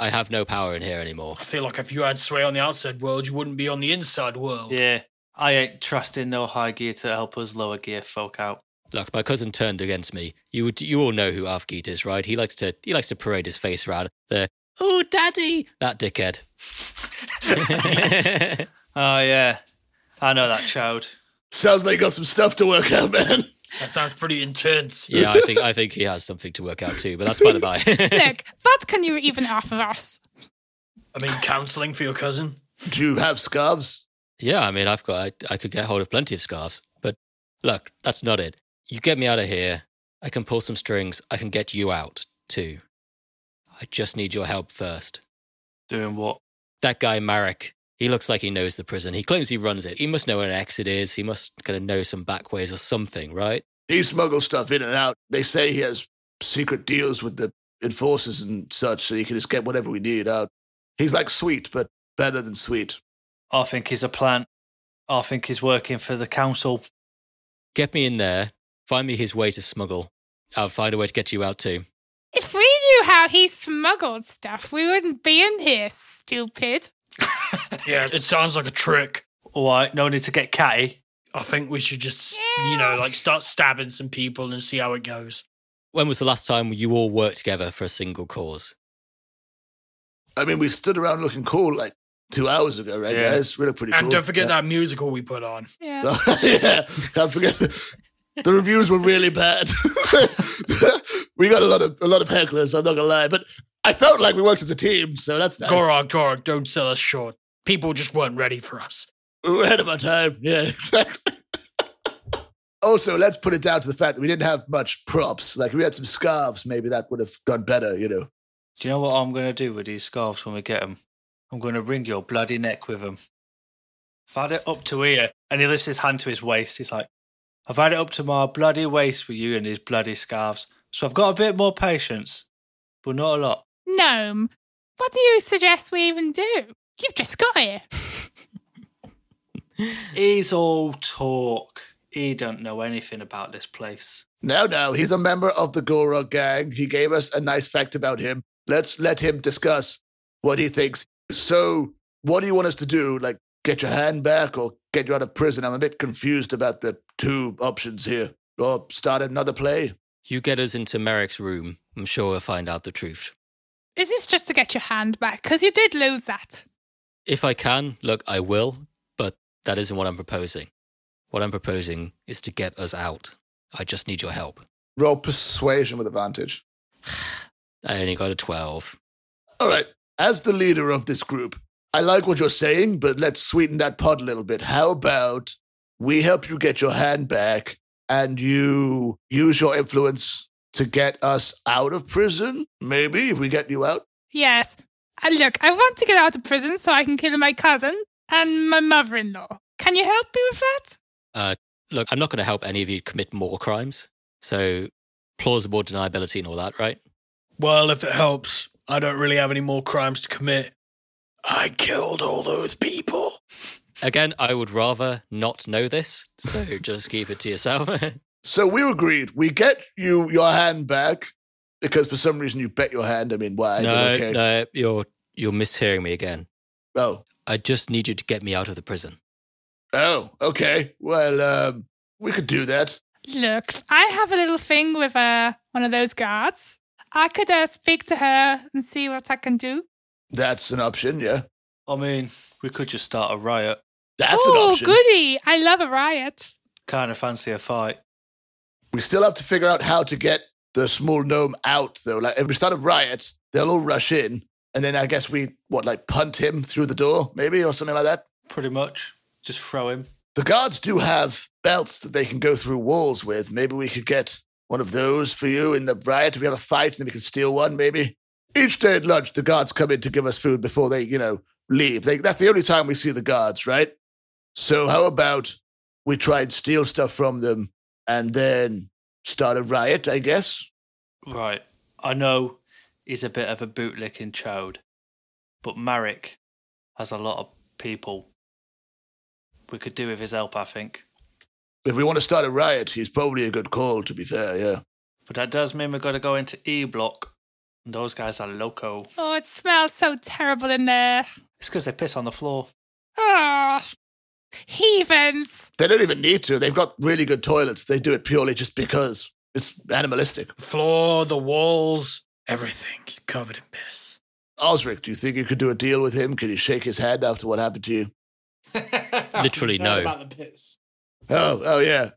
Speaker 7: I have no power in here anymore.
Speaker 4: I feel like if you had sway on the outside world, you wouldn't be on the inside
Speaker 3: (laughs)
Speaker 4: world.
Speaker 3: Yeah. I ain't trusting no high gear to help us lower gear folk out.
Speaker 7: Look, my cousin turned against me. You would, you all know who Afgeet is, right? He likes to he likes to parade his face around. The oh, daddy, that dickhead.
Speaker 3: Oh, yeah. I know that child.
Speaker 8: Sounds like you got some stuff to work out, (laughs) man.
Speaker 4: That sounds pretty intense.
Speaker 7: yeah, I think I think he has something to work out too. But that's by
Speaker 6: (laughs)
Speaker 7: the by. (laughs)
Speaker 6: Look, what can you even offer us?
Speaker 4: I mean, counseling for your cousin.
Speaker 8: Do you have scarves?
Speaker 7: yeah, I mean, I've got I, I could get hold of plenty of scarves, but look, that's not it. You get me out of here. I can pull some strings. I can get you out too. I just need your help first.
Speaker 3: Doing what?
Speaker 7: that guy Marek. He looks like he knows the prison. He claims he runs it. He must know where an exit is. He must kind of know some back ways or something, right?
Speaker 8: He smuggles stuff in and out. They say he has secret deals with the enforcers and such, so he can just get whatever we need out. He's like sweet, but better than sweet.
Speaker 3: I think he's a plant. I think he's working for the council.
Speaker 7: Get me in there. Find me his way to smuggle. I'll find a way to get you out too.
Speaker 6: If we knew how he smuggled stuff, we wouldn't be in here, stupid.
Speaker 4: Yeah, it sounds like a trick.
Speaker 3: All right, no need to get catty.
Speaker 4: I think we should just, you know, like start stabbing some people and see how it goes.
Speaker 7: When was the last time you all worked together for a single cause?
Speaker 8: I mean, we stood around looking cool like two hours ago, right,
Speaker 3: Yeah.
Speaker 8: guys? We look pretty
Speaker 4: and
Speaker 8: cool.
Speaker 4: don't forget
Speaker 8: Yeah.
Speaker 4: that musical we put on.
Speaker 6: Yeah.
Speaker 8: (laughs) yeah, don't forget the, the reviews were really bad. (laughs) we got a lot of a lot of hecklers. I'm not gonna lie, but I felt like we worked as a team, so that's nice.
Speaker 11: Gorog, Gorog, don't sell us short. People just weren't ready for us.
Speaker 8: We We're ahead of our time. Yeah, (laughs) exactly. also, let's put it down to the fact that we didn't have much props. Like, if we had some scarves, maybe that would have gone better, you know.
Speaker 3: Do you know what I'm going to do with these scarves when we get them? I'm going to wring your bloody neck with them. I've had it up to here. And he lifts his hand to his waist. He's like, I've had it up to my bloody waist with you and these bloody scarves. So I've got a bit more patience, but not a lot.
Speaker 6: Gnome, what do you suggest we even do? You've just got here.
Speaker 3: He's all talk. He don't know anything about this place.
Speaker 8: No, no, he's a member of the Gorog gang. He gave us a nice fact about him. Let's let him discuss what he thinks. So, what do you want us to do? Like, get your hand back or get you out of prison? I'm a bit confused about the two options here. Or start another play?
Speaker 7: You get us into Merrick's room. I'm sure we'll find out the truth.
Speaker 6: Is this just to get your hand back? Because you did lose that.
Speaker 7: If I can, look, I will, but that isn't what I'm proposing. What I'm proposing is to get us out. I just need your help.
Speaker 12: Roll persuasion with advantage.
Speaker 7: I only got a 12.
Speaker 8: All right. As the leader of this group, I like what you're saying, but let's sweeten that pot a little bit. How about we help you get your hand back and you use your influence to get us out of prison? Maybe if we get you out.
Speaker 6: Yes. And look, I want to get out of prison so I can kill my cousin and my mother in law. Can you help me with that?
Speaker 7: Look, I'm not going to help any of you commit more crimes. So, plausible deniability and all that, right?
Speaker 4: Well, if it helps, I don't really have any more crimes to commit. I killed all those people.
Speaker 7: Again, I would rather not know this. (laughs) So, just keep it to yourself. (laughs)
Speaker 8: So we agreed. We get you your hand back because for some reason you bet your hand. I mean, why?
Speaker 7: no,
Speaker 8: But okay.
Speaker 7: no, you're, you're mishearing me again.
Speaker 8: Oh,
Speaker 7: I just need you to get me out of the prison.
Speaker 8: oh, okay. Well, um, we could do that.
Speaker 6: Look, I have a little thing with uh, one of those guards. I could uh, speak to her and see what I can do.
Speaker 8: That's an option. Yeah,
Speaker 3: I mean, we could just start a riot.
Speaker 8: that's an
Speaker 6: oh,
Speaker 8: option.
Speaker 6: goody. I love a riot.
Speaker 3: Kind of fancy a fight.
Speaker 8: We still have to figure out how to get the small gnome out, though. Like, if we start a riot, they'll all rush in, and then I guess we what like punt him through the door, maybe, or something like that.
Speaker 3: Pretty much. Just throw him.
Speaker 8: The guards do have belts that they can go through walls with. Maybe we could get one of those for you in the riot. We have a fight, and then we can steal one. Maybe each day at lunch, the guards come in to give us food before they, you know, leave. They, that's the only time we see the guards, right? So how about we try and steal stuff from them, and then start a riot? I guess.
Speaker 3: Right. I know he's a bit of a bootlicking chode, but Marek has a lot of people we could do with his help, I think.
Speaker 8: If we want to start a riot, he's probably a good call, to be fair, yeah.
Speaker 3: But that does mean we've got to go into E block, and those guys are loco.
Speaker 6: Oh, it smells so terrible in there.
Speaker 3: It's because they piss on the floor.
Speaker 6: Oh, heathens.
Speaker 8: They don't even need to. They've got really good toilets. They do it purely just because it's animalistic.
Speaker 4: Floor, the walls, everything is covered in piss.
Speaker 8: Osric, do you think you could do a deal with him? Can you shake his hand after what happened to you?
Speaker 7: Literally, Ah, no.
Speaker 4: (laughs) About the piss.
Speaker 8: Oh, oh, yeah.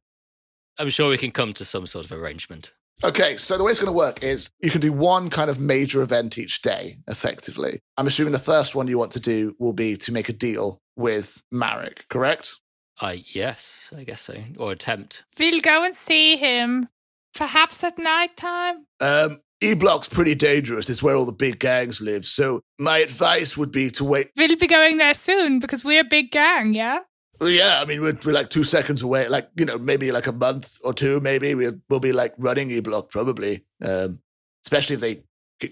Speaker 7: I'm sure we can come to some sort of arrangement.
Speaker 12: Okay, so the way it's going to work is you can do one kind of major event each day, effectively. I'm assuming the first one you want to do will be to make a deal with Marek, correct?
Speaker 7: I yes, I guess so. Or attempt.
Speaker 6: We'll go and see him. Perhaps at night time.
Speaker 8: Um, e Block's pretty dangerous. It's where all the big gangs live. So my advice would be to wait.
Speaker 6: We'll be going there soon because we're a big gang, yeah?
Speaker 8: Well, Yeah, I mean, we're, we're like two seconds away. Like, you know, maybe like a month or two, maybe. We'll, we'll be like running E Block, probably. Um, especially if they,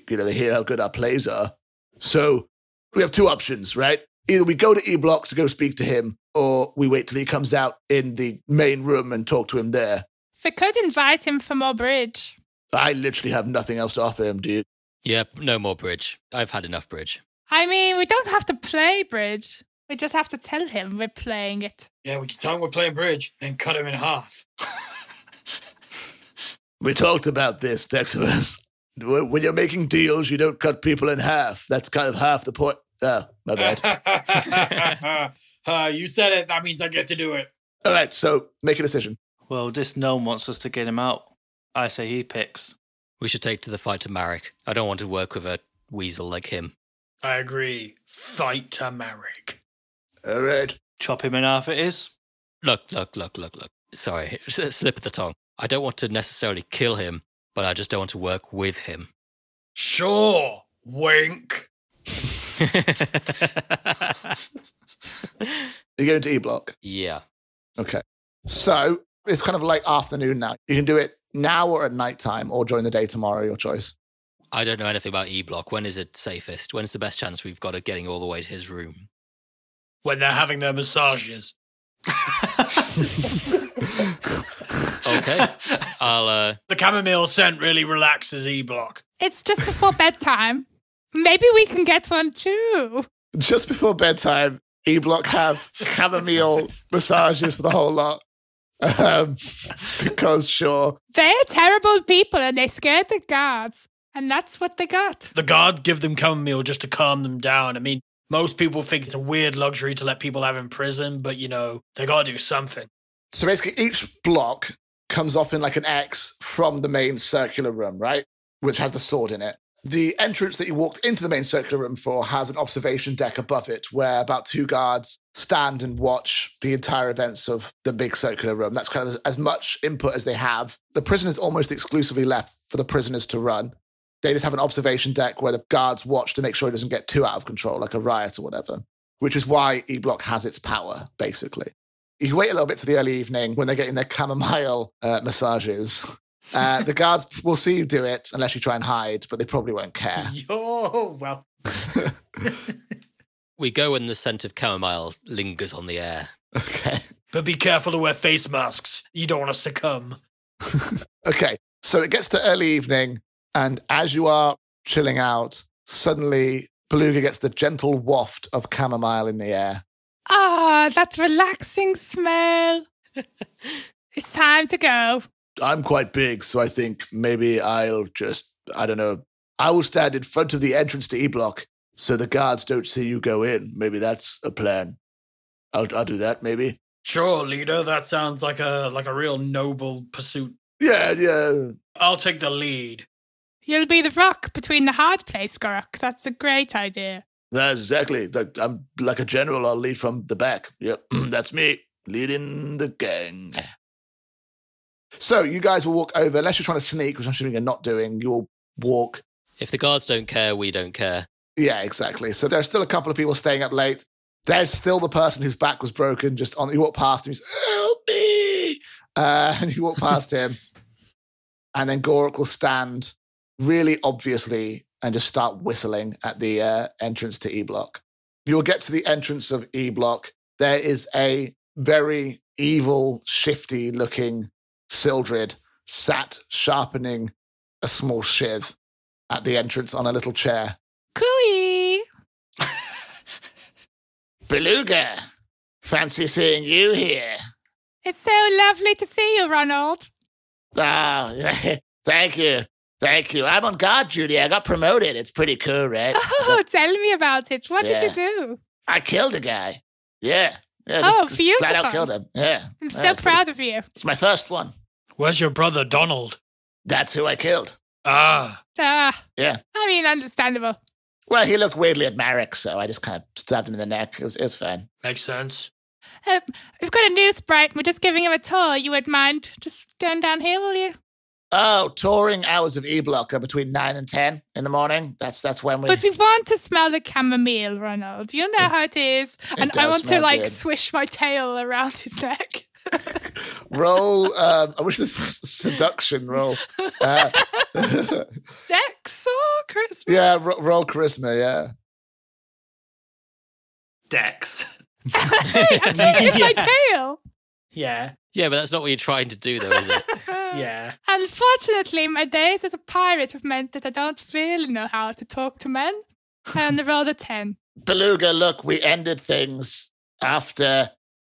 Speaker 8: you know, they hear how good our plays are. So we have two options, right? Either we go to E Block to go speak to him, or we wait till he comes out in the main room and talk to him there.
Speaker 6: We could invite him for more bridge.
Speaker 8: I literally have nothing else to offer him, dude.
Speaker 7: Yeah, no more bridge. I've had enough bridge.
Speaker 6: I mean, we don't have to play bridge. We just have to tell him we're playing it.
Speaker 4: Yeah, we can tell him we're playing bridge and cut him in half.
Speaker 8: We talked about this, (laughs) Teximus. When when you're making deals, you don't cut people in half. That's kind of half the point. Oh, my
Speaker 4: (laughs)
Speaker 8: bad.
Speaker 4: uh, you said it. That means I get to do it.
Speaker 8: All right, so make a decision.
Speaker 3: Well, this gnome wants us to get him out. I say he picks.
Speaker 7: We should take to the fight to Marek. I don't want to work with a weasel like him.
Speaker 4: I agree. Fight to Marek.
Speaker 8: All right.
Speaker 3: Chop him in half, it is.
Speaker 7: Look, look, look, look, look. Sorry, (laughs) s- slip of the tongue. I don't want to necessarily kill him, but I just don't want to work with him. (laughs)
Speaker 4: Sure. Wink.
Speaker 8: You go to E block.
Speaker 7: yeah.
Speaker 8: Okay. So it's kind of like afternoon now. You can do it now or at nighttime or during the day tomorrow, your choice.
Speaker 7: I don't know anything about E Block. When is it safest? When's the best chance we've got of getting all the way to his room?
Speaker 1: when they're having their massages.
Speaker 7: Okay. I'll, uh,
Speaker 1: The chamomile scent really relaxes E block.
Speaker 6: It's just
Speaker 8: (laughs)
Speaker 6: before bedtime. Maybe we can get one too.
Speaker 8: Just before bedtime, E block have chamomile massages for the whole lot. Um, because sure.
Speaker 6: They're terrible people and they scared the guards. And that's what they got.
Speaker 1: The guards give them chamomile just to calm them down. I mean, most people think it's a weird luxury to let people have in prison, but you know, they gotta do something.
Speaker 8: So basically, each block comes off in like an X from the main circular room, right? Which has the sword in it. The entrance that you walked into the main circular room for has an observation deck above it where about two guards stand and watch the entire events of the big circular room. That's kind of as much input as they have. The prisoners almost exclusively left for the prisoners to run. They just have an observation deck where the guards watch to make sure it doesn't get too out of control, like a riot or whatever, which is why E Block has its power, basically you wait a little bit to the early evening when they're getting their chamomile uh, massages. Uh, the guards (laughs) will see you do it unless you try and hide, but they probably won't
Speaker 4: (laughs)
Speaker 8: care.
Speaker 1: (laughs) Yo, well,
Speaker 7: we go when the scent of chamomile lingers on the air.
Speaker 8: Okay.
Speaker 1: but be careful to wear face masks. You don't want to succumb.
Speaker 8: Okay. So it gets to early evening, and as you are chilling out, suddenly Beluga gets the gentle waft of chamomile in the air.
Speaker 6: Ah, that
Speaker 8: (laughs)
Speaker 6: relaxing smell. it's time to go.
Speaker 8: I'm quite big, so I think maybe I'll just, I don't know, I will stand in front of the entrance to E Block so the guards don't see you go in. Maybe that's a plan. I'll, I'll do that, maybe.
Speaker 1: Sure, leader, that sounds like a like a real noble pursuit.
Speaker 8: Yeah, yeah.
Speaker 1: I'll take the lead.
Speaker 6: You'll be the rock between the hard place, Gorok. That's a great idea.
Speaker 8: That's exactly. Like, I'm like a general. I'll lead from the back. Yep, (clears throat) that's me leading the gang. So you guys will walk over, unless you're trying to sneak, which I'm assuming you're not doing. You'll walk.
Speaker 7: If the guards don't care, we don't care.
Speaker 8: Yeah, exactly. So there's still a couple of people staying up late. There's still the person whose back was broken. Just on, you walk past him. He's help me, uh, (laughs) and you walk past him, and then Gorok will stand really obviously and just start whistling at the uh, entrance to E Block. You'll get to the entrance of E Block. There is a very evil, shifty looking Sildred sat sharpening a small shiv at the entrance on a little chair.
Speaker 6: Cooey!
Speaker 8: Beluga, fancy seeing you here.
Speaker 6: It's so lovely to see you, Ronald. (laughs)
Speaker 8: Oh, (laughs) thank you. Thank you. I'm on guard duty. I got promoted. It's pretty cool, right?
Speaker 6: Oh, tell me about it. What did you do?
Speaker 8: I killed a guy. Yeah. yeah
Speaker 6: Oh,
Speaker 8: just Flat
Speaker 6: beautiful.
Speaker 8: out killed him. Yeah. Yeah,
Speaker 6: I'm so
Speaker 8: it's pretty-
Speaker 6: proud of you.
Speaker 8: It's my first one.
Speaker 1: Where's your brother Donald?
Speaker 8: That's who I killed.
Speaker 1: Ah,
Speaker 6: Ah,
Speaker 8: Yeah.
Speaker 6: I mean, understandable.
Speaker 8: Well, he looked weirdly at Marek, so I just kind of stabbed him in the neck. It was, it was fine.
Speaker 1: makes sense.
Speaker 6: Uh, we've got a new sprite. We're just giving him a tour. You wouldn't mind just going down here, will you?
Speaker 8: Oh, touring hours of E Block are between 9 and 10 in the morning. That's that's when we.
Speaker 6: But we want to smell the chamomile, Ronald. You know how it is. And I
Speaker 8: does
Speaker 6: want to
Speaker 8: smell
Speaker 6: like
Speaker 8: good.
Speaker 6: swish my tail around his neck.
Speaker 8: roll. Um, I wish this seduction
Speaker 6: (laughs)
Speaker 8: roll. Uh, (laughs)
Speaker 6: Dex or Christmas?
Speaker 8: yeah, ro- roll charisma, yeah.
Speaker 3: Dex.
Speaker 6: (laughs) Hey, I'm doing it
Speaker 8: (laughs)
Speaker 6: with my tail.
Speaker 1: (laughs) Yeah,
Speaker 7: Yeah, but that's not what you're trying to do, though, is it?
Speaker 1: yeah.
Speaker 6: Unfortunately, my days as a pirate have meant that I don't really know how to talk to men. And I rolled a 10.
Speaker 8: Beluga, look, we ended things after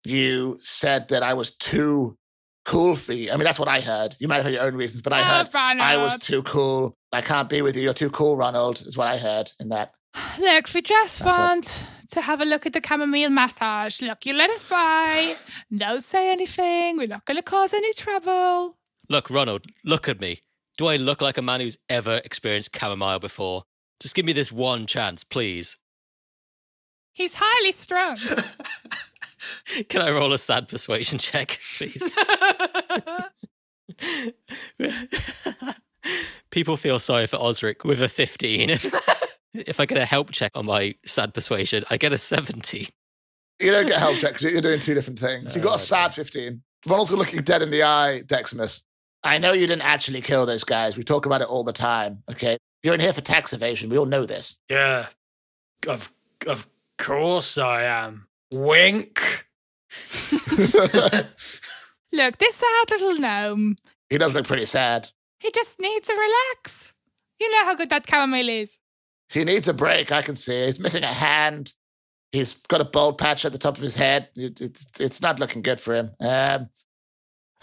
Speaker 8: you said that I was too cool for you. I mean, that's what I heard. You might have had your own reasons, but I
Speaker 6: Oh,
Speaker 8: heard I was
Speaker 6: Ronald.
Speaker 8: too cool. I can't be with you. You're too cool, Ronald, is what I heard in that.
Speaker 6: Look, we just
Speaker 8: That's what-
Speaker 6: want to have a look at the chamomile massage. Look, you let us by. Don't say anything. We're not going to cause any trouble.
Speaker 7: Look, Ronald, look at me. Do I look like a man who's ever experienced chamomile before? Just give me this one chance, please.
Speaker 6: He's
Speaker 8: (laughs)
Speaker 6: highly strung.
Speaker 7: (laughs) Can I roll a sad persuasion check, please? (laughs) People feel sorry for Osric with a 15. (laughs) if I get a help check on my sad persuasion, I get a 17.
Speaker 8: You don't get help check because you're doing two different things. You got a sad 15. Ronald's looking dead in the eye, Deximus. I know you didn't actually kill those guys. We talk about it all the time, okay? You're in here for tax evasion. We all know this. (laughs)
Speaker 1: Yeah. Of of course I am. Wink.
Speaker 6: Look, this sad little gnome.
Speaker 8: he does look pretty sad.
Speaker 6: He just needs to relax. You know how good that chamomile is.
Speaker 8: He needs a break, I can see. He's missing a hand. He's got a bald patch at the top of his head. It- It's, it's not looking good for him. Um,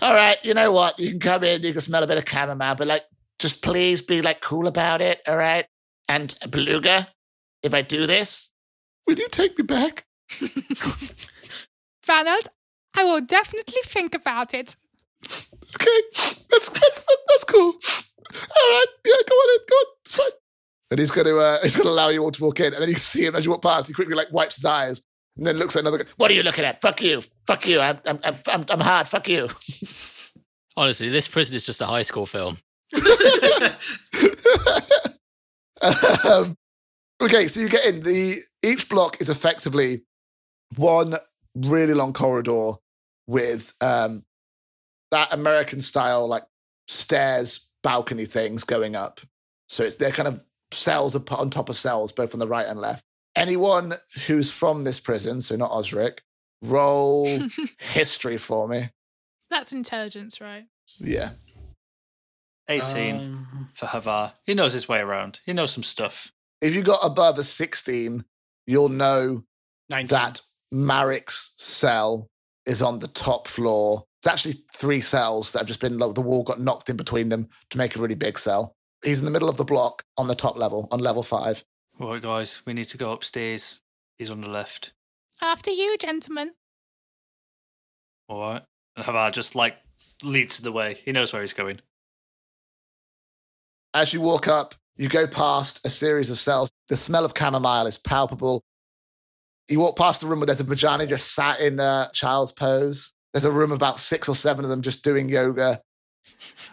Speaker 8: all right, you know what? You can come in, you can smell a bit of chamomile, but like, just please be like cool about it, all right? And Beluga, if I do this, will you take me back?
Speaker 6: Ronald, I will definitely think about it.
Speaker 8: Okay, that's, that's, that's cool. All right, yeah, go on in, go on, it's fine. And he's going to uh, he's going to allow you all to walk in, and then you see him as you walk past. He quickly like wipes his eyes, and then looks at another guy. What are you looking at? Fuck you, fuck you. I'm I'm I'm- I'm, I'm hard. Fuck you.
Speaker 7: Honestly, this prison is just a high school film.
Speaker 8: um, okay, so you get in. The each block is effectively one really long corridor with um, that American style like stairs, balcony things going up. So it's they're kind of cells up- on top of cells, both on the right and left. Anyone who's from this prison, so not Osric, roll history for me.
Speaker 6: That's intelligence, right?
Speaker 8: Yeah.
Speaker 3: 18
Speaker 1: Um,
Speaker 3: for Havar. He knows his way around. He knows some stuff.
Speaker 8: If you got above a 16, you'll know
Speaker 4: 19.
Speaker 8: that Marek's cell is on the top floor. It's actually three cells that have just been, like, the wall got knocked in between them to make a really big cell. He's in the middle of the block on the top level, on level five.
Speaker 3: Right, guys, we need to go upstairs. He's on the left.
Speaker 6: After you, gentlemen.
Speaker 3: All right. And Havar just like leads the way. He knows where he's going.
Speaker 8: As you walk up, you go past a series of cells. The smell of chamomile is palpable. You walk past the room where there's a Bajani just sat in uh, child's pose. There's a room of about six or seven of them just doing yoga.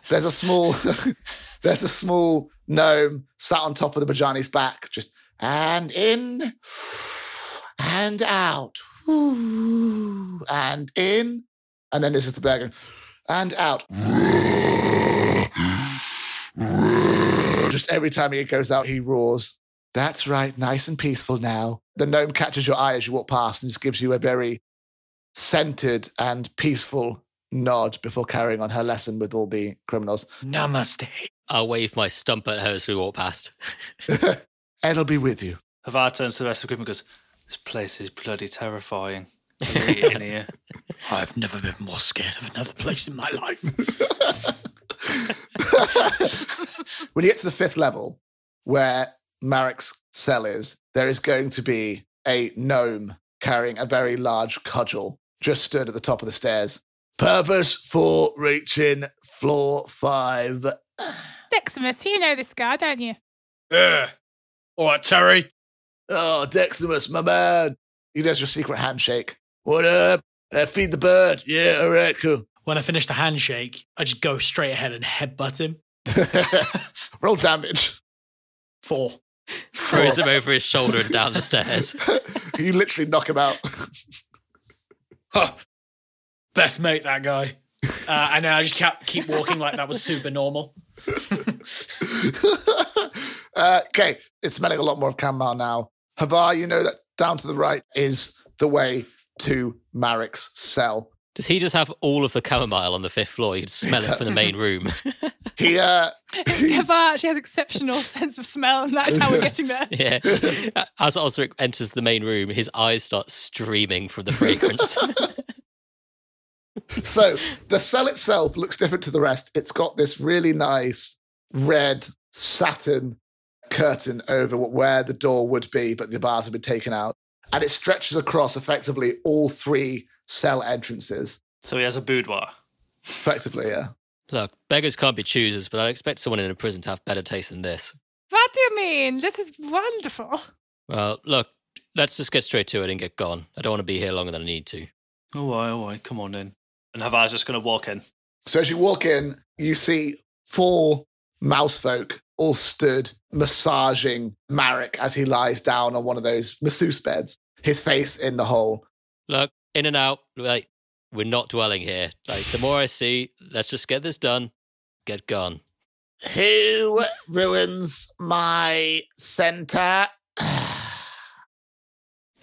Speaker 8: There's a small, (laughs) there's a small gnome sat on top of the Bajani's back, just and in and out and in, and then this is the bear going, and out. Just every time he goes out, he roars. That's right, nice and peaceful now. The gnome catches your eye as you walk past and just gives you a very centered and peaceful nod before carrying on her lesson with all the criminals.
Speaker 1: Namaste.
Speaker 7: I'll wave my stump at her as we walk past.
Speaker 8: Ed'll be with you. (laughs)
Speaker 3: Havar turns to the rest of the group and goes, This place is bloody terrifying. What are you
Speaker 4: (laughs)
Speaker 3: eating here?
Speaker 1: I've never been more scared of another place in my life.
Speaker 8: when you get to the fifth level, where Marek's cell is, there is going to be a gnome carrying a very large cudgel just stood at the top of the stairs. Purpose for reaching floor five.
Speaker 6: Deximus, you know this guy, don't (clears throat) you?
Speaker 1: Yeah. All right, Terry.
Speaker 8: Oh, Deximus, my man. He does your secret handshake. What up? Uh, feed the bird. Yeah, all right, cool.
Speaker 1: When I finish the handshake, I just go straight ahead and headbutt him.
Speaker 8: Roll damage. (laughs)
Speaker 1: Four.
Speaker 7: Throws him over his shoulder and down the stairs.
Speaker 8: you literally knock him out. (laughs)
Speaker 1: Huh. Best mate, that guy. (laughs) Uh, and then I just kept, keep walking like that was super normal.
Speaker 8: uh, okay, it's smelling a lot more of chamomile now. Havar, you know that down to the right is the way to Marek's cell.
Speaker 7: Does he just have all of the chamomile on the fifth floor? You can smell it from the main room. (laughs)
Speaker 8: He, uh,
Speaker 6: Kavar actually has exceptional (laughs) sense of smell, and that's how we're getting (laughs) there.
Speaker 7: yeah. As Osric enters the main room, his eyes start streaming from the fragrance.
Speaker 8: so the cell itself looks different to the rest. It's got this really nice red satin curtain over where the door would be, but the bars have been taken out. And it stretches across effectively all three cell entrances.
Speaker 3: So he has a boudoir.
Speaker 8: Effectively, yeah.
Speaker 7: Look, beggars can't be choosers, but I expect someone in a prison to have better taste than this.
Speaker 6: What do you mean? This is wonderful.
Speaker 7: Well, look, let's just get straight to it and get gone. I don't want to be here longer than I need to.
Speaker 3: Oh, why, oh, why? Come on in. And Havar's just going to walk in.
Speaker 8: So as you walk in, you see four mouse folk all stood massaging Marek as he lies down on one of those masseuse beds, his face in the hole.
Speaker 7: Look, in and out. Like, we're not dwelling here. Like, the more I see, let's just get this done, get gone.
Speaker 8: Who ruins my center? (sighs)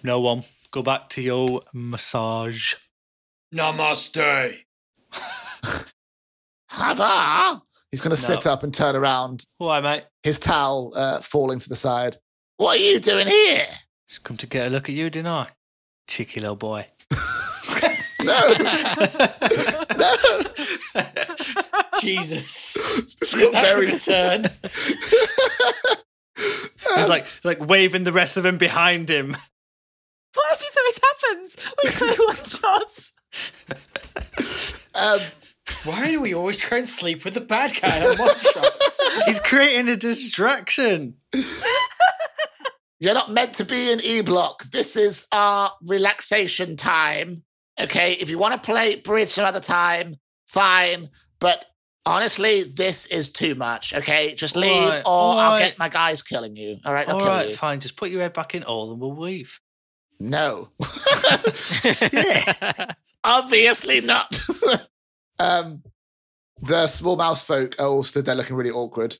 Speaker 3: No one. Go back to your massage.
Speaker 1: Namaste.
Speaker 8: Hava? He's going to sit up and turn around,
Speaker 3: Why, mate?
Speaker 8: his towel uh, falling to the side. What are you doing here? (laughs)
Speaker 3: Just come to get a look at you, didn't I? Cheeky little
Speaker 4: (laughs)
Speaker 3: boy.
Speaker 8: No, no.
Speaker 3: (laughs)
Speaker 1: Jesus.
Speaker 8: It's got very.
Speaker 1: turn.
Speaker 3: He's like like waving the rest of him behind him.
Speaker 6: Why is this always happens? We play one shots.
Speaker 8: Um,
Speaker 4: Why do we always try and sleep with the bad guy on one shots?
Speaker 3: He's creating a distraction.
Speaker 8: You're not meant to be in E block. This is our relaxation time. Okay, if you want to play bridge another time, fine. But honestly, this is too much. Okay, just leave,
Speaker 3: Alright,
Speaker 8: or I'll
Speaker 3: alright.
Speaker 8: get my guys killing you. All right, they'll
Speaker 3: All
Speaker 8: kill
Speaker 3: right,
Speaker 8: you.
Speaker 3: fine. Just put your head back in all and we'll weave.
Speaker 8: No, obviously not. (laughs) um, the small mouse folk are all stood there looking really awkward.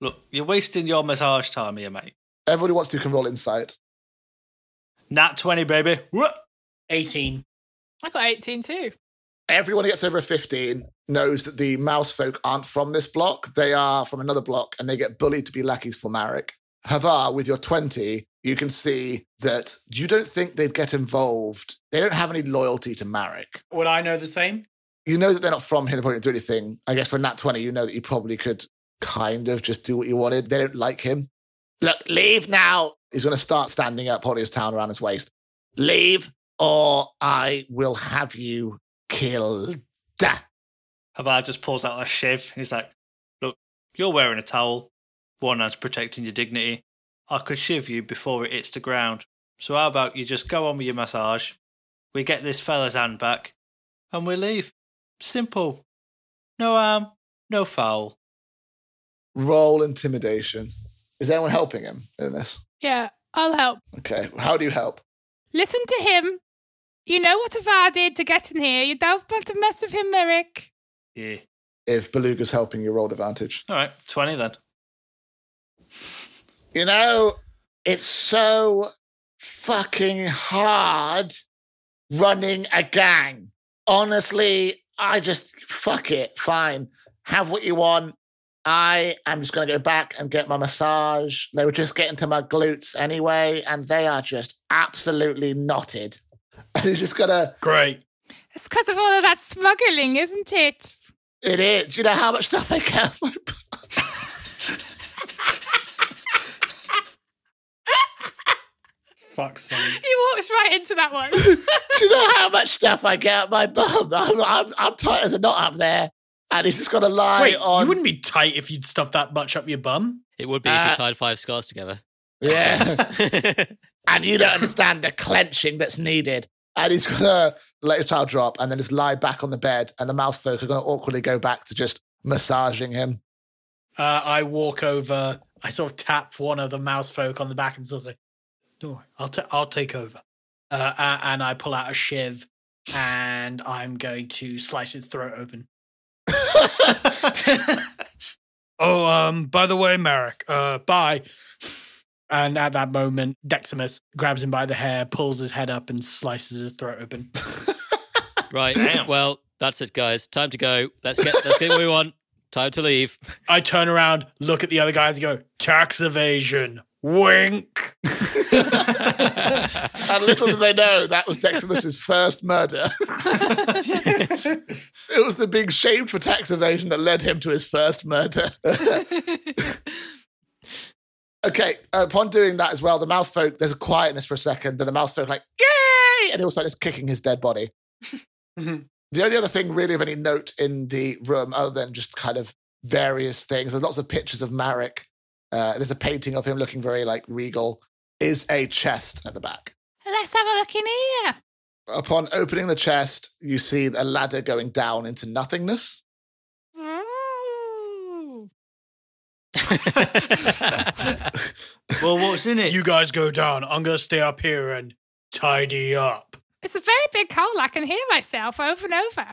Speaker 3: Look, you're wasting your massage time here, mate.
Speaker 8: Everybody wants to can roll insight.
Speaker 3: Nat 20, baby. Whoop.
Speaker 4: 18.
Speaker 6: I got 18 too.
Speaker 8: everyone who gets over a 15 knows that the mouse folk aren't from this block. They are from another block and they get bullied to be lackeys for Marek. Havar, with your 20, you can see that you don't think they'd get involved. They don't have any loyalty to Marek.
Speaker 4: Would I know the same?
Speaker 8: You know that they're not from here, they probably don't do anything. I guess for Nat 20, you know that you probably could kind of just do what you wanted. They don't like him. Look, leave now. He's going to start standing up, holding his towel around his waist. Leave, or I will have you killed.
Speaker 3: Havar just pulls out a shiv. He's like, Look, you're wearing a towel. One hand's protecting your dignity. I could shiv you before it hits the ground. So how about you just go on with your massage? We get this fella's hand back and we leave. Simple. No harm, no foul.
Speaker 8: roll intimidation. Is anyone helping him in this?
Speaker 6: Yeah, I'll help.
Speaker 8: Okay. How do you help?
Speaker 6: Listen to him. You know what Avar did to get in here. You don't want to mess with him, Merrick.
Speaker 3: Yeah.
Speaker 8: If Beluga's helping you, roll the advantage.
Speaker 3: All right, 20 then.
Speaker 8: You know, it's so fucking hard running a gang. Honestly, I just fuck it. Fine. Have what you want. I am just going to go back and get my massage. They were just getting to my glutes anyway, and they are just absolutely knotted. (laughs) And he's just going to
Speaker 1: Great.
Speaker 6: It's because of all of that smuggling, isn't it?
Speaker 8: It is. Do you know how much stuff I get? on my p-
Speaker 4: Fuck sake.
Speaker 6: He walks right into that (laughs) one. He's
Speaker 8: Do you know how much stuff I get on my bum? (laughs) I'm, I'm, I'm tight as a knot up there. And he's just got to lie
Speaker 1: Wait,
Speaker 8: on.
Speaker 1: you wouldn't be tight if you'd stuffed that much up your bum.
Speaker 7: It would be if
Speaker 8: Uh,
Speaker 7: you tied five scars together.
Speaker 8: (laughs) Yeah. and you don't understand the clenching that's needed. And he's going to let his towel drop and then just lie back on the bed. And the mouse folk are going to awkwardly go back to just massaging him.
Speaker 4: Uh, I walk over. I sort of tap one of the mouse folk on the back and sort of say, "Don't worry, I'll ta- I'll take over." Uh, a- and I pull out a shiv, and I'm going to slice his throat open. (laughs)
Speaker 1: Oh, um, by the way, Merrick, uh, bye.
Speaker 4: And at that moment, Deximus grabs him by the hair, pulls his head up, and slices his throat
Speaker 1: (laughs)
Speaker 4: open.
Speaker 7: (laughs) Right. Well, that's it, guys. Time to go. Let's get let's get what we want. Time to leave.
Speaker 1: I turn around, look at the other guys, and go, tax evasion. Wink.
Speaker 8: And little did they know that was Deximus's first murder. it was the being shamed for tax evasion that led him to his first murder. Okay, upon doing that as well, the mouse folk, there's a quietness for a second, then the mouse folk like, yay! And he'll start just kicking his dead body.
Speaker 4: Mhm.
Speaker 8: The only other thing really of any note in the room, other than just kind of various things, there's lots of pictures of Marek. Uh, there's a painting of him looking very like regal, is a chest at the back.
Speaker 6: Let's have a look in here.
Speaker 8: Upon opening the chest, you see a ladder going down into nothingness.
Speaker 6: Ooh.
Speaker 3: Well, what's in it?
Speaker 1: You guys go down. I'm going to stay up here and tidy up.
Speaker 6: It's a very big hole. I can hear myself over and over.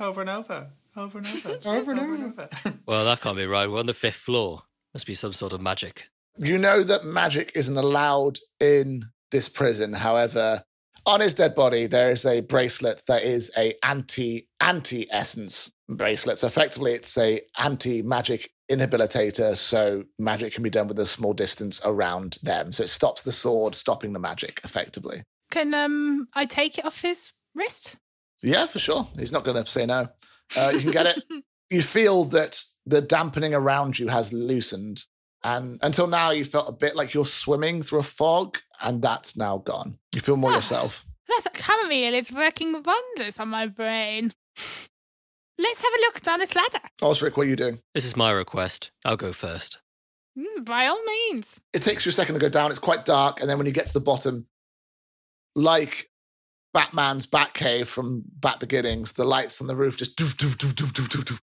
Speaker 3: Over and over. Over and over. over and over.
Speaker 5: (laughs)
Speaker 7: Well, that can't be right. We're on the fifth floor. Must be some sort of magic.
Speaker 8: You know that magic isn't allowed in this prison. However, on his dead body, there is a bracelet that is a anti anti essence bracelet. So effectively, it's a anti magic inhabilitator. So magic can be done with a small distance around them. So it stops the sword, stopping the magic effectively.
Speaker 6: Can um I take it off his wrist?
Speaker 8: Yeah, for sure. He's not going to say no. Uh, you can get it. you feel that the dampening around you has loosened. And until now, you felt a bit like you're swimming through a fog, and that's now gone. You feel more
Speaker 6: Ah.
Speaker 8: yourself.
Speaker 6: That chamomile is working wonders on my brain. (laughs) Let's have a look down this ladder.
Speaker 8: Osric, what are you doing?
Speaker 7: This is my request. I'll go first.
Speaker 6: Mm, by all means.
Speaker 8: It takes you a second to go down. It's quite dark. And then when you get to the bottom, like Batman's Batcave from Bat Beginnings, the lights on the roof just doof, doof, doof, doof, doof, doof, doof.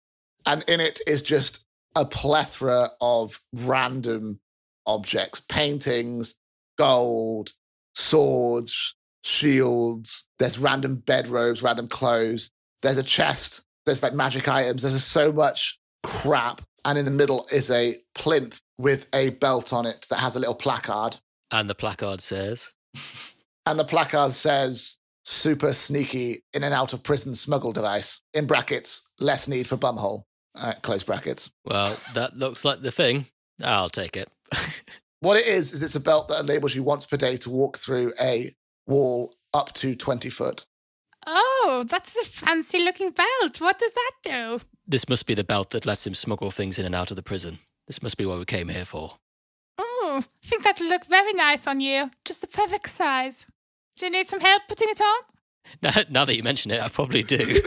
Speaker 8: And in it is just a plethora of random objects paintings, gold, swords, shields. There's random bedrobes, random clothes. There's a chest. There's like magic items. There's just so much crap. And in the middle is a plinth with a belt on it that has a little placard.
Speaker 7: And the placard says,
Speaker 8: And the placard says, super sneaky in and out of prison smuggle device. In brackets, less need for bumhole. Uh, close brackets.
Speaker 7: Well, that looks like the thing. I'll take (laughs) it.
Speaker 8: What it is, is it's a belt that enables you once per day to walk through a wall up to 20 foot.
Speaker 6: Oh, that's a fancy looking belt. What does that do?
Speaker 7: This must be the belt that lets him smuggle things in and out of the prison. This must be what we came here for. (laughs)
Speaker 6: Oh, I think that'll look very nice on you. Just the perfect size. Do you need some help putting it on?
Speaker 7: Now, now that you mention it, I probably (laughs) do.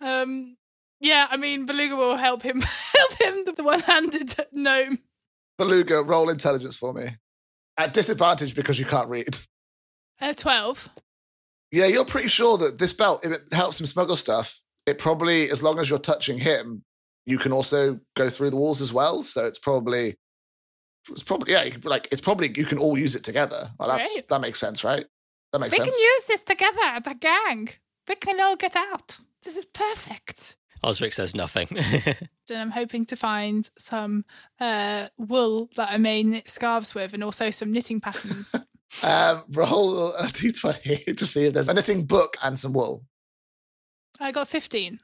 Speaker 6: um, yeah, I mean, Beluga will help him. (laughs) help him, the one-handed uh, gnome.
Speaker 8: Beluga, roll intelligence for me. At disadvantage because you can't read.
Speaker 6: Uh, Twelve.
Speaker 8: Yeah, you're pretty sure that this belt, if it helps him smuggle stuff, it probably, as long as you're touching him, you can also go through the walls as well. So it's probably, it's probably, yeah, you could, like it's probably you can all use it together. Well, that's
Speaker 6: Right.
Speaker 8: that makes sense, right? That makes
Speaker 6: we
Speaker 8: sense.
Speaker 6: can use this together, the gang. We can all get out. This is perfect.
Speaker 7: Osric says nothing. (laughs)
Speaker 6: And I'm hoping to find some uh, wool that I may knit scarves with, and also some knitting patterns.
Speaker 8: um, roll a (laughs) d20 to see if there's a knitting book and some wool.
Speaker 6: I got fifteen.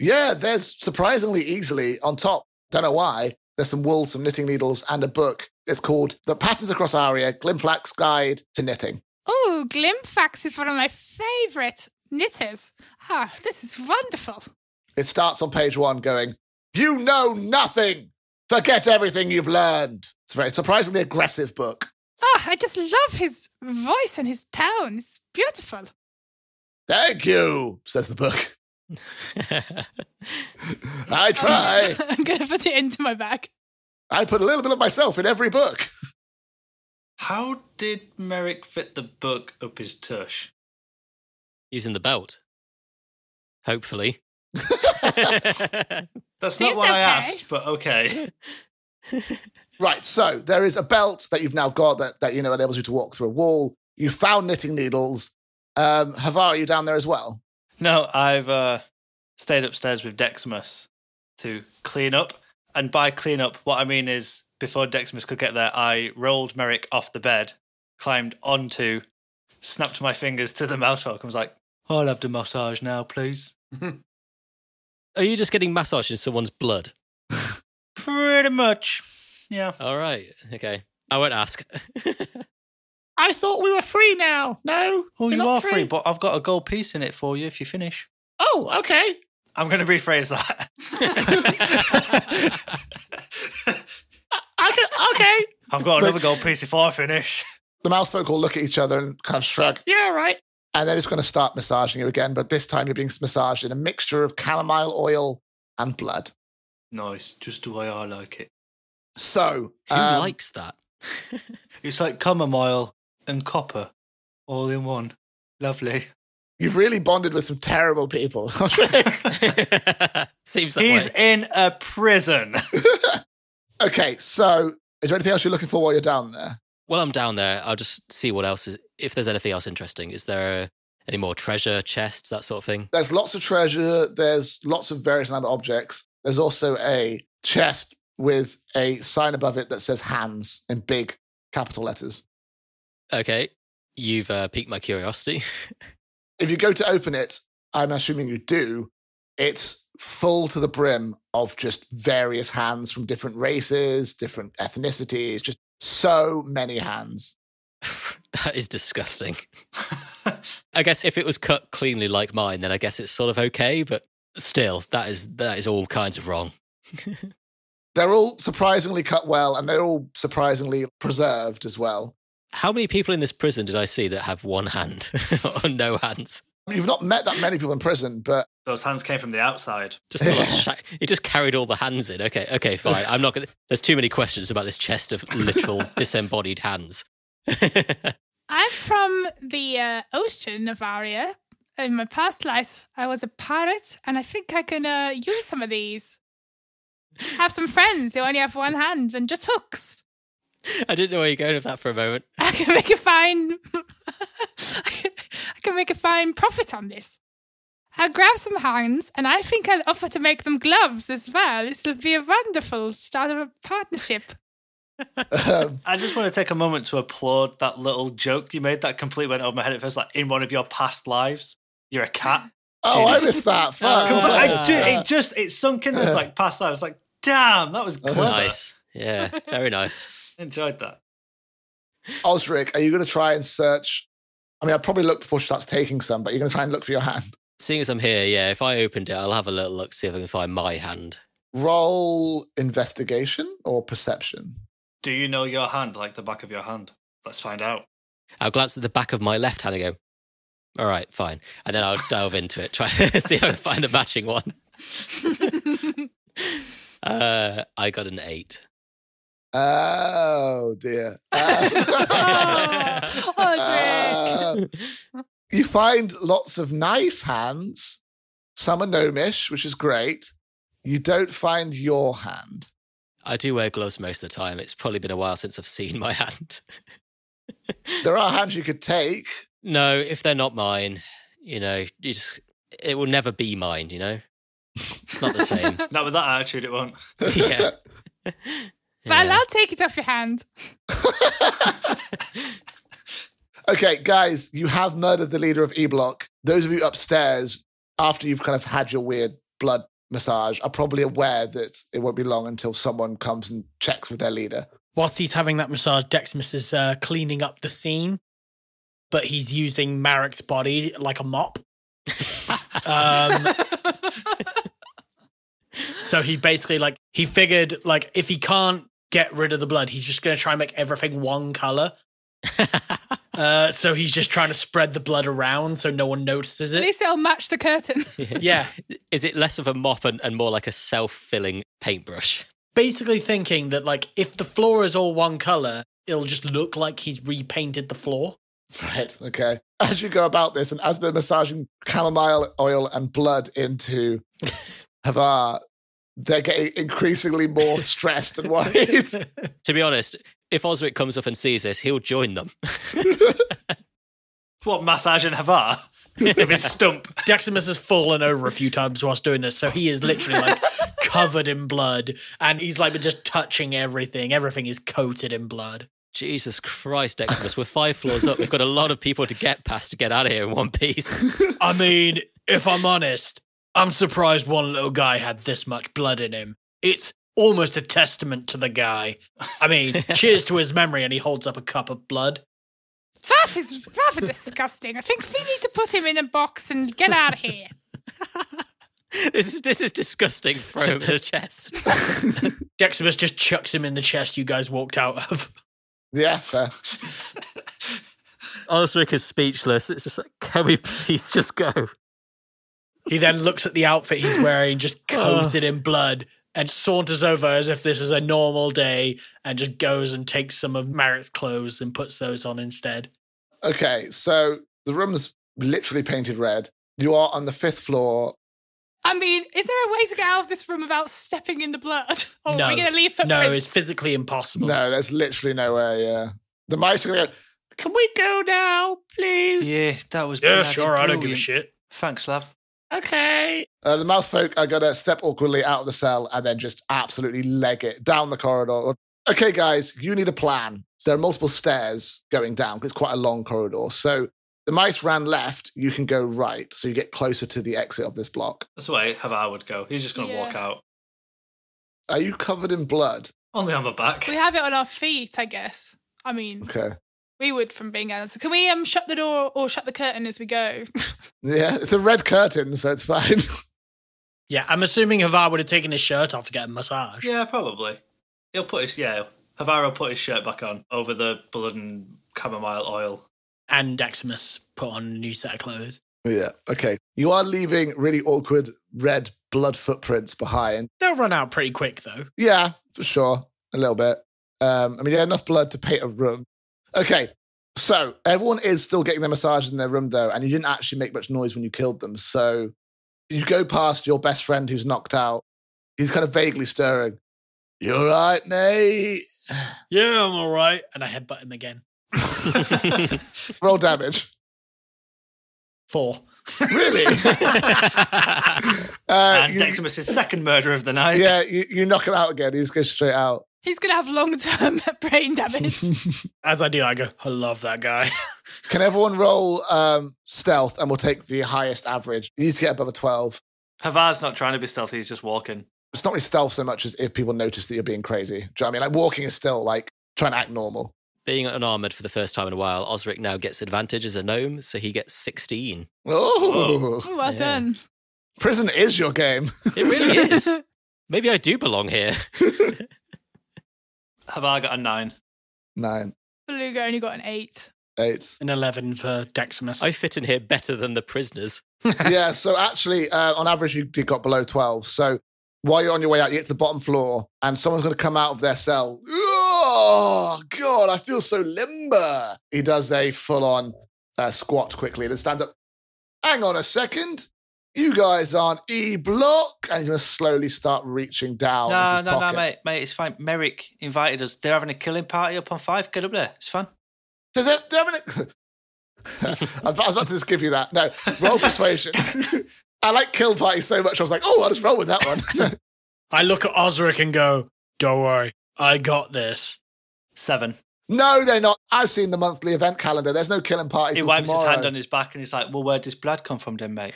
Speaker 8: Yeah, there's surprisingly easily on top. Don't know why. There's some wool, some knitting needles, and a book. It's called The Patterns Across Aria Glimflax Guide to Knitting.
Speaker 6: Oh, Glimfax is one of my favourite knitters. Ah, this is wonderful.
Speaker 8: It starts on page one going, You know nothing! Forget everything you've learned! It's a very surprisingly aggressive book.
Speaker 6: Oh, I just love his voice and his tone. It's beautiful.
Speaker 8: Thank you, says the book.
Speaker 1: (laughs)
Speaker 8: I try.
Speaker 6: (laughs) I'm going to put it into my bag.
Speaker 8: I put a little bit of myself in every book.
Speaker 3: How did Merrick fit the book up his tush?
Speaker 7: Using the belt. (laughs) Hopefully.
Speaker 3: That's not
Speaker 6: Seems
Speaker 3: what I
Speaker 6: okay.
Speaker 3: asked, but okay. (laughs)
Speaker 8: Right, so there is a belt that you've now got that, that you know enables you to walk through a wall. You found knitting needles. Um, Havar, are you down there as well?
Speaker 3: No, I've uh, stayed upstairs with Deximus to clean up. And by clean up, what I mean is before Deximus could get there, I rolled Merrick off the bed, climbed onto, snapped my fingers to the mouse hook and was like, I'll have the massage now, please.
Speaker 7: Are you just getting massaged in someone's blood?
Speaker 3: Pretty much. Yeah.
Speaker 7: All right. Okay. I won't ask. (laughs)
Speaker 4: I thought we were free now. No.
Speaker 3: Oh,
Speaker 4: We're
Speaker 3: you
Speaker 4: not
Speaker 3: are free, but I've got a gold piece in it for you if you finish.
Speaker 4: Oh, okay.
Speaker 3: I'm going to rephrase
Speaker 6: (laughs)
Speaker 3: that. (laughs)
Speaker 1: okay.
Speaker 3: I've got another gold piece before I finish. (laughs)
Speaker 8: The mouse folk all look at each other and kind of shrug.
Speaker 1: Yeah, right.
Speaker 8: And then it's going to start massaging you again, but this time you're being massaged in a mixture of chamomile oil and blood.
Speaker 3: Nice, just the way I like it.
Speaker 8: So,
Speaker 7: Who
Speaker 8: um,
Speaker 7: likes that?
Speaker 3: It's like chamomile and copper all in one. Lovely.
Speaker 8: you've really bonded with some terrible people. (laughs)
Speaker 7: Seems that
Speaker 3: He's
Speaker 7: way.
Speaker 3: in a prison. (laughs)
Speaker 8: okay, so is there anything else you're looking for while you're down there?
Speaker 7: While I'm down there, I'll just see what else is. If there's anything else interesting, is there any more treasure chests, that sort of thing?
Speaker 8: There's lots of treasure, there's lots of various other objects. There's also a chest with a sign above it that says hands in big capital letters.
Speaker 7: Okay, you've uh, piqued my curiosity. (laughs)
Speaker 8: if you go to open it, I'm assuming you do, it's full to the brim of just various hands from different races, different ethnicities, just so many hands.
Speaker 7: that is disgusting. I guess if it was cut cleanly like mine, then I guess it's sort of okay. But still, that is that is all kinds of wrong.
Speaker 8: They're all surprisingly cut well and they're all surprisingly preserved as well.
Speaker 7: How many people in this prison did I see that have one hand (laughs) or no hands?
Speaker 8: You've not met that many people in prison, but (laughs)
Speaker 3: Those hands came from the outside.
Speaker 7: Just a lot of sha- he just carried all the hands in. Okay, okay, fine. I'm not gonna. There's too many questions about this chest of literal disembodied hands.
Speaker 6: I'm from the uh, ocean of Aria. In my past life, I was a pirate, and I think I can uh, use some of these. Have some friends who only have one hand and just hooks. (laughs)
Speaker 7: I didn't know where you're going with that for a moment.
Speaker 6: I can make a fine. (laughs) I can make a fine profit on this. I'll grab some hands, and I think I'll offer to make them gloves as well. This will be a wonderful start of a partnership. (laughs)
Speaker 8: um,
Speaker 3: I just want to take a moment to applaud that little joke you made that completely went over my head at first. Like, in one of your past lives, you're a cat.
Speaker 8: oh, I missed that. Fuck.
Speaker 3: (laughs) But I ju-
Speaker 8: Uh,
Speaker 3: it just, it sunk in those like past lives. Like, damn, that (laughs) was clever.
Speaker 7: Nice. Yeah, very nice.
Speaker 3: Enjoyed that.
Speaker 8: Osric, are you going to try and search? I mean, I'd probably look before she starts taking some, but you're going to try and look for your hand.
Speaker 7: Seeing as I'm here, yeah, if I opened it, I'll have a little look, see if I can find my hand.
Speaker 8: Roll investigation or perception?
Speaker 3: Do you know your hand like the back of your hand? Let's find out.
Speaker 7: I'll glance at the back of my left hand and go, all right, fine. And then I'll delve into it, try (laughs) and see if I can find a matching one. uh, I got an eight.
Speaker 8: Oh dear. (laughs) Uh, (laughs)
Speaker 6: Oh, Osric.
Speaker 8: uh, you find lots of nice hands. Some are gnomish, which is great. You don't find your hand.
Speaker 7: I do wear gloves most of the time. It's probably been a while since I've seen my (laughs) hand.
Speaker 8: There are hands you could take.
Speaker 7: no, if they're not mine, you know, you just, it will never be mine, you know? It's not the same. (laughs)
Speaker 3: Not with that attitude, it won't.
Speaker 7: yeah.
Speaker 6: Val,
Speaker 7: Yeah.
Speaker 6: I'll take it off your hand.
Speaker 8: Okay, guys, you have murdered the leader of E Block. Those of you upstairs, after you've kind of had your weird blood massage, are probably aware that it won't be long until someone comes and checks with their leader.
Speaker 4: Whilst he's having that massage, Dexmus is uh, cleaning up the scene, but he's using Marek's body like
Speaker 1: (laughs)
Speaker 4: a mop. um, so he basically like he figured like if he can't get rid of the blood, he's just gonna try and make everything
Speaker 1: (laughs)
Speaker 4: one color. uh, so he's just trying to spread the blood around so no one notices
Speaker 6: At
Speaker 4: it.
Speaker 6: least it'll match the curtain.
Speaker 4: Yeah,
Speaker 7: Is it less of a mop and, and more like a self filling paintbrush? (laughs)
Speaker 4: basically thinking that like if the floor is all one color, it'll just look like he's repainted the floor.
Speaker 8: Right. Okay. As you go about this, and as they're massaging chamomile oil and blood into Havar, they're getting increasingly more stressed and
Speaker 4: (laughs)
Speaker 8: worried.
Speaker 7: To be honest, if Osric comes up and sees this, he'll join them. (laughs)
Speaker 3: What, massage in (laughs) Havar? with his stump.
Speaker 4: Deximus has fallen over a few times whilst doing this, so he is literally like covered in blood, and he's like just touching everything. Everything is coated in blood.
Speaker 7: Jesus Christ, Exodus, we're five floors up. We've got a lot of people to get past to get out of here in one piece. (laughs)
Speaker 4: I mean, if I'm honest, I'm surprised one little guy had this much blood in him. It's almost a testament to the guy. I mean, cheers to his memory, and he holds up a cup of blood.
Speaker 6: That is rather disgusting. I think we need to put him in a box and get out of here.
Speaker 7: this is this is disgusting. Throw him in the (laughs) chest.
Speaker 4: Deximus just chucks him in the chest you guys walked out of.
Speaker 8: Yeah, fair.
Speaker 7: Osric is speechless. It's just like, can we please just go?
Speaker 4: He then looks at the outfit he's wearing, just coated in blood, and saunters over as if this is a normal day and just goes and takes some of Merritt's clothes and puts those on instead.
Speaker 8: Okay, so the room's literally painted red. You are on the fifth floor.
Speaker 6: I mean, is there a way to get out of this room without stepping in the blood? (laughs) Or are we
Speaker 4: No.
Speaker 6: going to leave footprints?
Speaker 4: No, it's physically impossible.
Speaker 8: No, there's literally no way. Yeah, the mice are going. to Can we go now, please?
Speaker 3: Yeah, that was
Speaker 1: Yeah,
Speaker 3: bloody
Speaker 1: sure. I don't give a
Speaker 3: brilliant.
Speaker 1: shit.
Speaker 3: Thanks, love.
Speaker 8: Okay. Uh, the mouse folk are going to step awkwardly out of the cell and then just absolutely leg it down the corridor. Okay, guys, you need a plan. There are multiple stairs going down 'cause it's quite a long corridor. So the mice ran left, you can go right. So you get closer to the exit of this block.
Speaker 3: That's the way Havar would go. He's just going to
Speaker 6: Yeah.
Speaker 3: walk out.
Speaker 8: Are you covered in blood?
Speaker 3: Only on the back.
Speaker 6: We have it on our feet, I guess. I mean,
Speaker 8: Okay.
Speaker 6: we would from being animals. Can we um shut the door or shut the curtain as we go? (laughs)
Speaker 8: Yeah, it's a red curtain, so it's fine. (laughs)
Speaker 4: Yeah, I'm assuming Havar would have taken his shirt off to get a massage.
Speaker 3: Yeah, probably. He'll put his yeah. Havar will put his shirt back on over the blood and chamomile oil.
Speaker 4: And Deximus put on a new set of clothes.
Speaker 8: yeah. Okay. You are leaving really awkward red blood footprints behind.
Speaker 4: They'll run out pretty quick, though.
Speaker 8: Yeah, for sure. A little bit. Um, I mean, yeah, enough blood to paint a room. Okay. So everyone is still getting their massages in their room, though, and you didn't actually make much noise when you killed them. So you go past your best friend who's knocked out. He's kind of vaguely stirring. You all right, mate?
Speaker 4: Yeah, I'm all right. And I headbutt him again.
Speaker 8: Roll damage. (laughs)
Speaker 4: Four.
Speaker 8: really? (laughs) uh,
Speaker 3: and
Speaker 8: you-
Speaker 3: (laughs) Deximus' second murder of the night.
Speaker 8: (laughs) yeah, you, you knock him out again. He just goes straight out.
Speaker 6: He's going to have long term (laughs) brain
Speaker 4: (laughs)
Speaker 6: damage.
Speaker 4: As I do, I go, I love that guy.
Speaker 8: Can everyone roll um, stealth and we'll take the highest average? You need to get above a 12.
Speaker 3: Havar's not trying to be stealthy. He's just walking.
Speaker 8: It's not really stealth so much as if people notice that you're being crazy. Do you know what I mean? Like walking is still like trying to act normal.
Speaker 7: Being unarmored for the first time in a while, Osric now gets advantage as a gnome, so he gets 16.
Speaker 8: Oh,
Speaker 6: Ooh, well
Speaker 7: Yeah.
Speaker 6: done.
Speaker 8: prison is your game.
Speaker 7: It really (laughs) is. Maybe I do belong here. (laughs)
Speaker 3: Havar got a nine.
Speaker 8: Nine,
Speaker 6: Beluga only got an eight.
Speaker 3: (laughs)
Speaker 8: eight.
Speaker 4: An 11 for Deximus.
Speaker 7: I fit in here better than the prisoners.
Speaker 8: yeah, so actually, uh, on average, you did got below 12. So while you're on your way out, you get to the bottom floor and someone's going to come out of their cell. Oh, God, I feel so limber. He does a full on uh, squat quickly and then stands up. Hang on a second. You guys aren't E block. And he's going to slowly start reaching down. into
Speaker 3: No,
Speaker 8: his
Speaker 3: no, no,
Speaker 8: pocket.
Speaker 3: mate, mate, it's fine. Merrick invited us. They're having a killing party up on five. Get up there. It's fun.
Speaker 8: Does it, do you have an- (laughs) I was about to just give you that. No, roll persuasion. I like kill party so much. I was like, oh, I'll just roll with that one. (laughs)
Speaker 4: I look at Osric and go, Don't worry, I got this.
Speaker 3: Seven.
Speaker 8: No, they're not. I've seen the monthly event calendar. There's no killing party
Speaker 3: He
Speaker 8: till
Speaker 3: wipes his
Speaker 8: tomorrow.
Speaker 3: hand on his back and he's like, "Well, where does blood come from, then, mate?"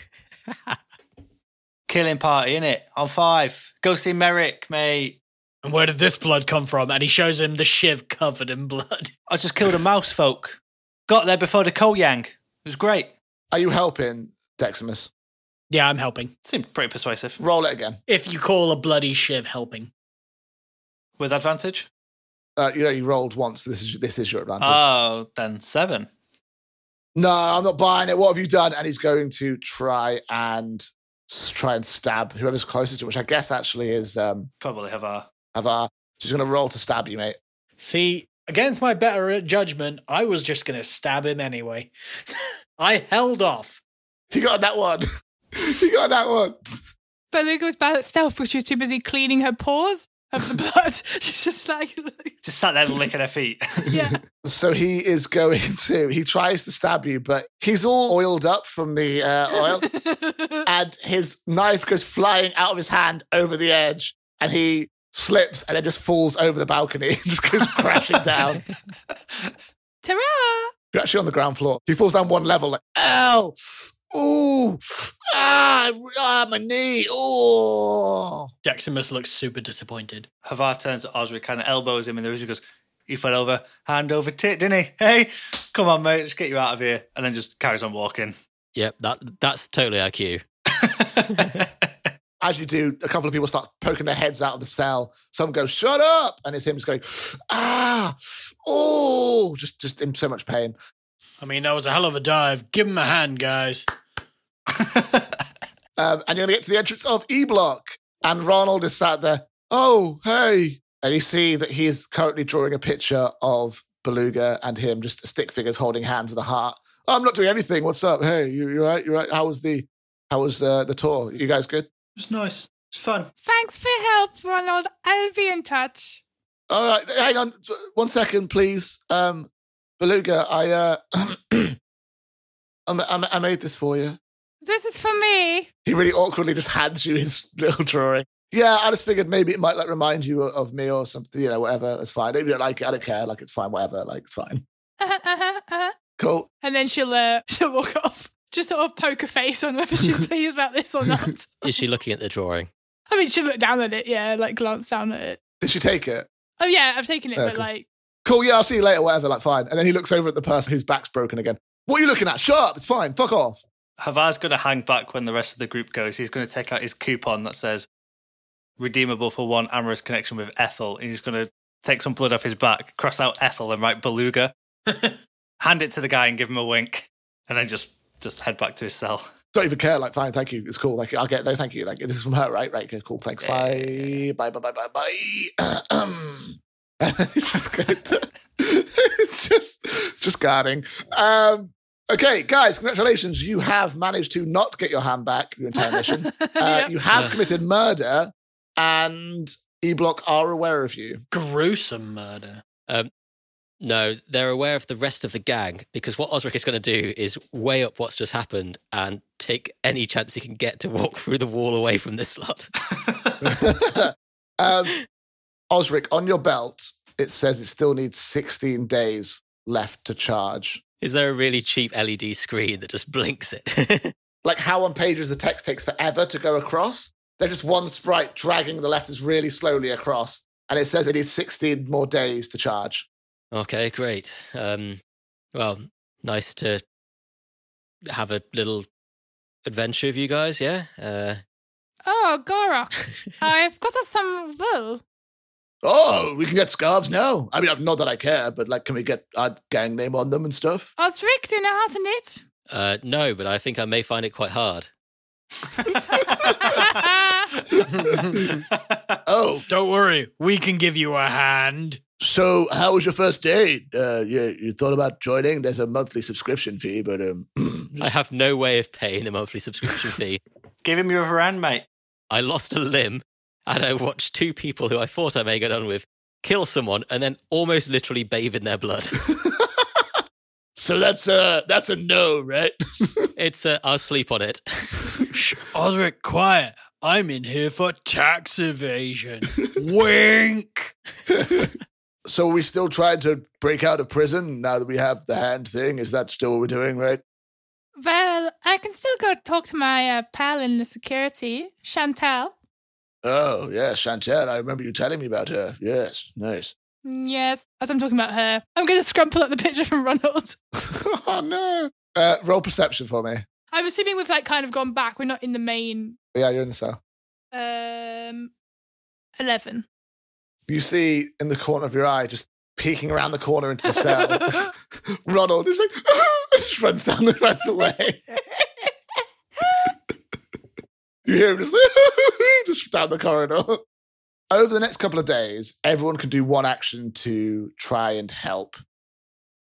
Speaker 3: (laughs) killing party, innit? On five. Go see Merrick, mate.
Speaker 4: And where did this blood come from? And he shows him the shiv covered in blood. (laughs)
Speaker 3: I just killed a mouse folk. Got there before the Koyang. It was great.
Speaker 8: Are you helping, Deximus?
Speaker 4: Yeah, I'm helping.
Speaker 3: Seemed pretty persuasive.
Speaker 8: Roll it again.
Speaker 4: If you call a bloody shiv helping.
Speaker 3: With advantage?
Speaker 8: Uh, you know, you rolled once. This is this is your advantage.
Speaker 3: Oh, then seven.
Speaker 8: no, I'm not buying it. What have you done? And he's going to try and s- try and stab whoever's closest to, him, which I guess actually is um,
Speaker 3: Probably have a.
Speaker 8: Avar. She's going to roll to stab you, mate.
Speaker 4: See, against my better judgment, I was just going to stab him anyway. (laughs) I held off.
Speaker 8: He got that one. (laughs) he got that one.
Speaker 6: Beluga was bad at stealth because she was too busy cleaning her paws of the (laughs) blood. She's just like, (laughs)
Speaker 3: Just sat there licking her feet. (laughs)
Speaker 6: yeah.
Speaker 4: (laughs)
Speaker 8: So he is going (laughs) to. He tries to stab you, but he's all oiled up from the uh, oil. and his knife goes flying out of his hand over the edge, and he slips and then just falls over the balcony (laughs) and just goes crashing down.
Speaker 6: Ta-ra!
Speaker 8: You're actually on the ground floor. He falls down one level, like, ow, ooh, ah, ah my knee, ooh.
Speaker 4: Deximus looks super disappointed.
Speaker 3: Havar turns to Osric, kind of elbows him in the wrist. He goes, "He fell over hand over tit, didn't he? Hey, come on, mate, let's get you out of here." And then just carries on walking.
Speaker 7: Yep, that that's totally IQ.
Speaker 8: As you do, a couple of people start poking their heads out of the cell. Some go, "Shut up!" and it's him just going, "Ah, oh!" Just, just in so much pain.
Speaker 4: I mean, that was a hell of a dive. Give him a hand, guys.
Speaker 8: Um, and you're going to get to the entrance of E Block. And Ronald is sat there, oh, hey. And you see that he is currently drawing a picture of Beluga and him, just stick figures holding hands with a heart. "Oh, I'm not doing anything. What's up? Hey, you, you right? You right? How was the how was uh, the tour? You guys good?
Speaker 3: It's nice. It's fun.
Speaker 6: Thanks for your help, Ronald. I'll be in touch.
Speaker 8: All right, hang on one second, please. Um, Beluga, I uh, (clears throat) I, ma- I made this for you.
Speaker 6: This is for me. (laughs)
Speaker 8: He really awkwardly just hands you his (laughs) little drawing. Yeah, I just figured maybe it might like remind you o- of me or something, you know, whatever. It's fine. If you don't like it, I don't care. Like it's fine, whatever. Like it's fine.
Speaker 6: Uh-huh, uh-huh, uh-huh.
Speaker 8: Cool.
Speaker 6: And then she'll uh, (laughs) she'll walk off. Just sort of poker face on whether she's pleased about this or not.
Speaker 7: Is she looking at the drawing?
Speaker 6: I mean, she'll look down at it, yeah, like glance down at it.
Speaker 8: Did she take it?
Speaker 6: Oh yeah, I've taken it,
Speaker 8: Yeah,
Speaker 6: but
Speaker 8: cool.
Speaker 6: like, (laughs)
Speaker 8: Cool. Yeah, I'll see you later. Whatever. Like fine. And then he looks over at the person whose back's broken again. What are you looking at? Shut up. It's fine. Fuck off.
Speaker 3: Havar's going to hang back when the rest of the group goes. He's going to take out his coupon that says redeemable for one amorous connection with Ethel. And he's going to take some blood off his back, cross out Ethel and write (laughs) Beluga, hand it to the guy and give him a wink, and then just, just head back to his cell.
Speaker 8: Don't even care. Like fine. Thank you. It's cool. Like I'll get there. Thank you. Like this is from her, right? Right. Okay, cool. Thanks. Bye. Bye. Bye. Bye. Bye. (clears throat) Bye. Um. it's just good. (laughs) it's just just guarding. Um. Okay, guys, congratulations. You have managed to not get your hand back, your entire
Speaker 6: (laughs)
Speaker 8: mission. Uh,
Speaker 6: Yep.
Speaker 8: You have committed murder, and E Block are aware of you. (laughs)
Speaker 4: Gruesome murder. (laughs)
Speaker 7: No, they're aware of the rest of the gang because what Osric is going to do is weigh up what's just happened and take any chance he can get to walk (laughs) through the wall away from this lot. (laughs)
Speaker 8: um, Osric, on your belt, it says it still needs 16 days left to charge.
Speaker 7: Is there a really cheap LED screen that just blinks it? (laughs)
Speaker 8: Like how on pages the text takes forever to go across. There's just one sprite dragging the letters really slowly across, and it says it needs 16 more days to charge.
Speaker 7: okay, great. Um, well, nice to have a little adventure with you guys, yeah? Uh,
Speaker 6: oh Gorok, I've got us some wool.
Speaker 8: Oh, we can get scarves now. I mean, not that I care, but like, can we get our gang name on them and stuff?
Speaker 6: Osric, Oh, do you know how to knit?
Speaker 7: uh, no, but I think I may find it quite hard.
Speaker 8: Oh,
Speaker 1: Don't worry, we can give you a hand.
Speaker 8: So, how was your first date? Uh, you, you thought about joining? There's a monthly subscription fee, but um, (clears throat)
Speaker 7: I have no way of paying a monthly subscription fee.
Speaker 3: Give him your other hand, mate.
Speaker 7: I lost a limb and I watched two people who I thought I may get on with kill someone and then almost literally bathe in their blood. (laughs)
Speaker 8: so that's a that's a no, right? (laughs)
Speaker 7: it's uh, I'll sleep on (laughs) it.
Speaker 1: Shh, Ulrich, quiet. I'm in here for tax evasion. Wink.
Speaker 8: so are we still trying to break out of prison now that we have the hand thing. Is that still what we're doing, right?
Speaker 6: Well, I can still go talk to my uh, pal in the security, Chantal.
Speaker 8: Oh yeah, Chantel. I remember you telling me about her. Yes, nice. (laughs)
Speaker 6: Mm, Yes, as I'm talking about her, I'm going to scrumple up the picture from Ronald.
Speaker 8: oh no. Uh, roll perception for me.
Speaker 6: I'm assuming we've like kind of gone back. We're not in the main.
Speaker 8: Yeah, you're in the cell.
Speaker 6: Um, eleven.
Speaker 8: You see in the corner of your eye, just peeking around the corner into the cell, (laughs) Ronald is like, (laughs) just runs down and runs away. (laughs) you hear him just, (laughs) just down the corridor. Over the next couple of days, everyone can do one action to try and help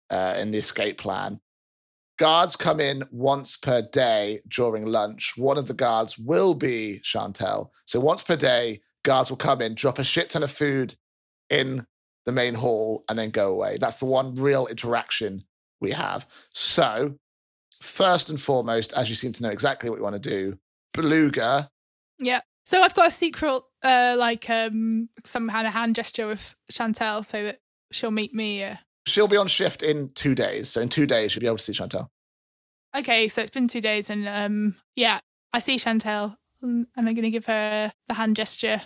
Speaker 8: uh, in the escape plan. Guards come in once per day during lunch. One of the guards will be Chantel. So once per day, guards will come in, drop a shit ton of food in the main hall, and then go away. That's the one real interaction we have. So, first and foremost, as you seem to know exactly what you want to do, Beluga,
Speaker 6: Yeah. So I've got a secret, uh, like um, some kind of hand gesture with Chantel, so that she'll meet me. Uh...
Speaker 8: she'll be on shift in two days. So, in two days, you'll be able to see Chantel.
Speaker 6: Okay, so it's been two days, and um, yeah, I see Chantel, and and I'm going to give her the hand gesture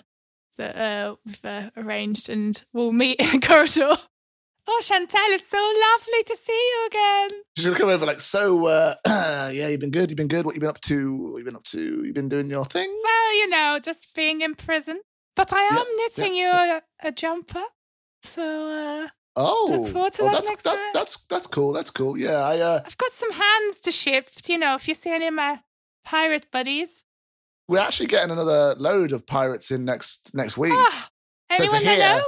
Speaker 6: that uh, we've uh, arranged, and we'll meet (laughs) in the corridor. Oh, Chantel, it's so lovely to see you again.
Speaker 8: She's going to come over (clears throat) like, So, uh, yeah, you've been good. You've been good. What you been up to? What you been up to? You've been doing your thing?
Speaker 6: Well, you know, just being in prison. But I am
Speaker 8: Yeah,
Speaker 6: knitting you a, a jumper. So uh,
Speaker 8: Oh,
Speaker 6: Look forward to
Speaker 8: oh,
Speaker 6: that
Speaker 8: that's
Speaker 6: next
Speaker 8: that,
Speaker 6: time.
Speaker 8: that's that's cool. That's cool. Yeah, I uh,
Speaker 6: I've got some hands to shift, you know, if you see any of my pirate buddies.
Speaker 8: we're actually getting another load of pirates in next next week.
Speaker 6: Ah,
Speaker 8: So for
Speaker 6: anyone I
Speaker 8: here-
Speaker 6: know?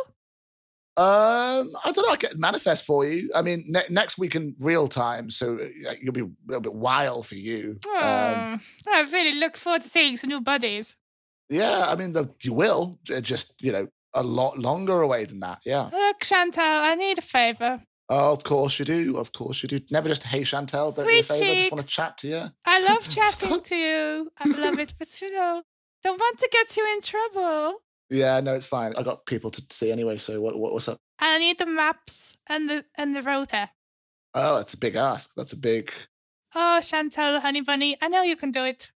Speaker 8: Um, I don't know. I get manifest for you. I mean, ne- next week in real time, so uh, you'll be a little bit wild for you. Um,
Speaker 6: Hmm, I really look forward to seeing some new buddies.
Speaker 8: yeah, I mean, the, you will. uh, Just you know, a lot longer away than that. Yeah.
Speaker 6: Look, Chantal, I need a favor.
Speaker 8: Oh, of course you do. Of course you do. Never just hey Chantel, don't do a
Speaker 6: Sweet
Speaker 8: favor. Just want to
Speaker 6: cheeks.
Speaker 8: chat to you. (laughs)
Speaker 6: I love chatting
Speaker 8: Stop.
Speaker 6: to you. I love it, but
Speaker 8: (laughs)
Speaker 6: you know, don't want to get you in trouble.
Speaker 8: Yeah, no, it's fine. I got people to see anyway. So what, what what's up?
Speaker 6: I need the maps and the and the rotor.
Speaker 8: Oh, that's a big ask. That's a big.
Speaker 6: Oh, Chantal, honey bunny, I know you can do it.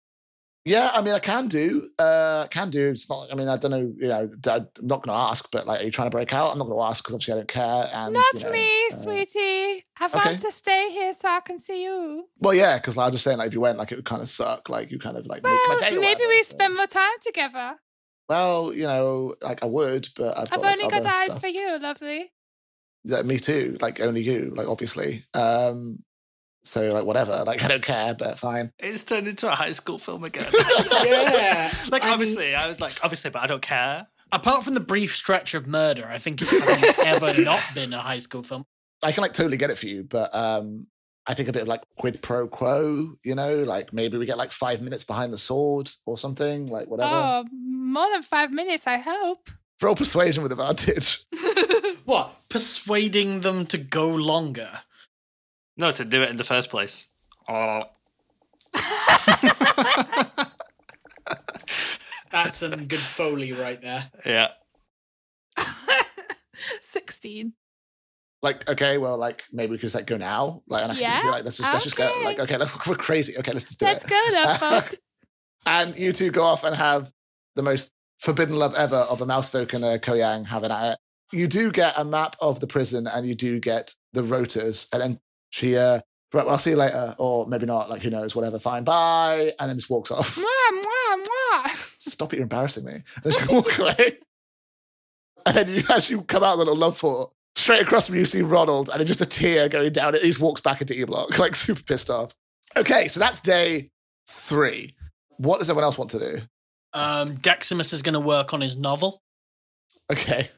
Speaker 8: Yeah, I mean, I can do. Uh, can do. It's not. I mean, I don't know. You know, d- I'm not going to ask. But like, are you trying to break out? I'm not going to ask because obviously I don't care. And you
Speaker 6: Not
Speaker 8: know,
Speaker 6: me,
Speaker 8: uh,
Speaker 6: sweetie. I
Speaker 8: okay.
Speaker 6: want to stay here so I can see you.
Speaker 8: Well, yeah, because like, I was just saying, like, if you went, like, it would kind of suck. Like, you kind of like make my
Speaker 6: Well,
Speaker 8: day. or
Speaker 6: maybe
Speaker 8: whatever,
Speaker 6: we
Speaker 8: so-
Speaker 6: spend more time together.
Speaker 8: Well, you know, like I would, but I've,
Speaker 6: I've
Speaker 8: got, like,
Speaker 6: only got
Speaker 8: other
Speaker 6: eyes
Speaker 8: stuff.
Speaker 6: for you, lovely.
Speaker 8: Yeah, me too. Like only you. Like obviously. Um. So like whatever. (laughs) Like I don't care, but fine.
Speaker 3: It's turned into a high school film (laughs) again.
Speaker 4: Yeah.
Speaker 3: like obviously, I was like obviously, but I don't care.
Speaker 4: (laughs) Apart from the brief stretch of murder, I think it hasn't (laughs) ever not been a high school film.
Speaker 8: I can like totally get it for you, but um, I think a bit of like quid pro quo. You know, like maybe we get like five minutes behind the sword or something. Like whatever.
Speaker 6: Oh, more than five minutes, I
Speaker 9: (laughs)
Speaker 6: hope.
Speaker 8: Roll persuasion with advantage. (laughs)
Speaker 4: What? Persuading them to go longer.
Speaker 3: No, to do it in the first (laughs) place. Oh,
Speaker 4: That's some good foley right there.
Speaker 3: yeah.
Speaker 6: 16.
Speaker 8: Like okay, well, like maybe we could just like go now. Like and I can be
Speaker 6: Yeah,
Speaker 8: like let's just let's just go.
Speaker 6: okay.
Speaker 8: Like okay, (laughs) let's, we're crazy. Okay, let's just do
Speaker 6: Let's
Speaker 8: it.
Speaker 6: go,
Speaker 8: (laughs)
Speaker 6: Lovebot.
Speaker 8: and you two go off and have the most forbidden love ever of a mouse folk and a koyang having at it. You do get a map of the prison and you do get the rotors, and then she, uh, right, well, I'll see you later, or maybe not, like who knows, whatever, fine, bye, and then just walks off.
Speaker 6: mwah, mwah, mwah.
Speaker 8: (laughs) Stop it, you're embarrassing me. And then she walk (laughs) away. And then you, as you come out of the little love fort, straight across from you, you see Ronald, and it's just a tear going down. He just walks back into E Block, (laughs) like super pissed off. Okay, so that's day three. What does everyone else want to do?
Speaker 4: Um, Deximus is going to work on his novel.
Speaker 8: Okay.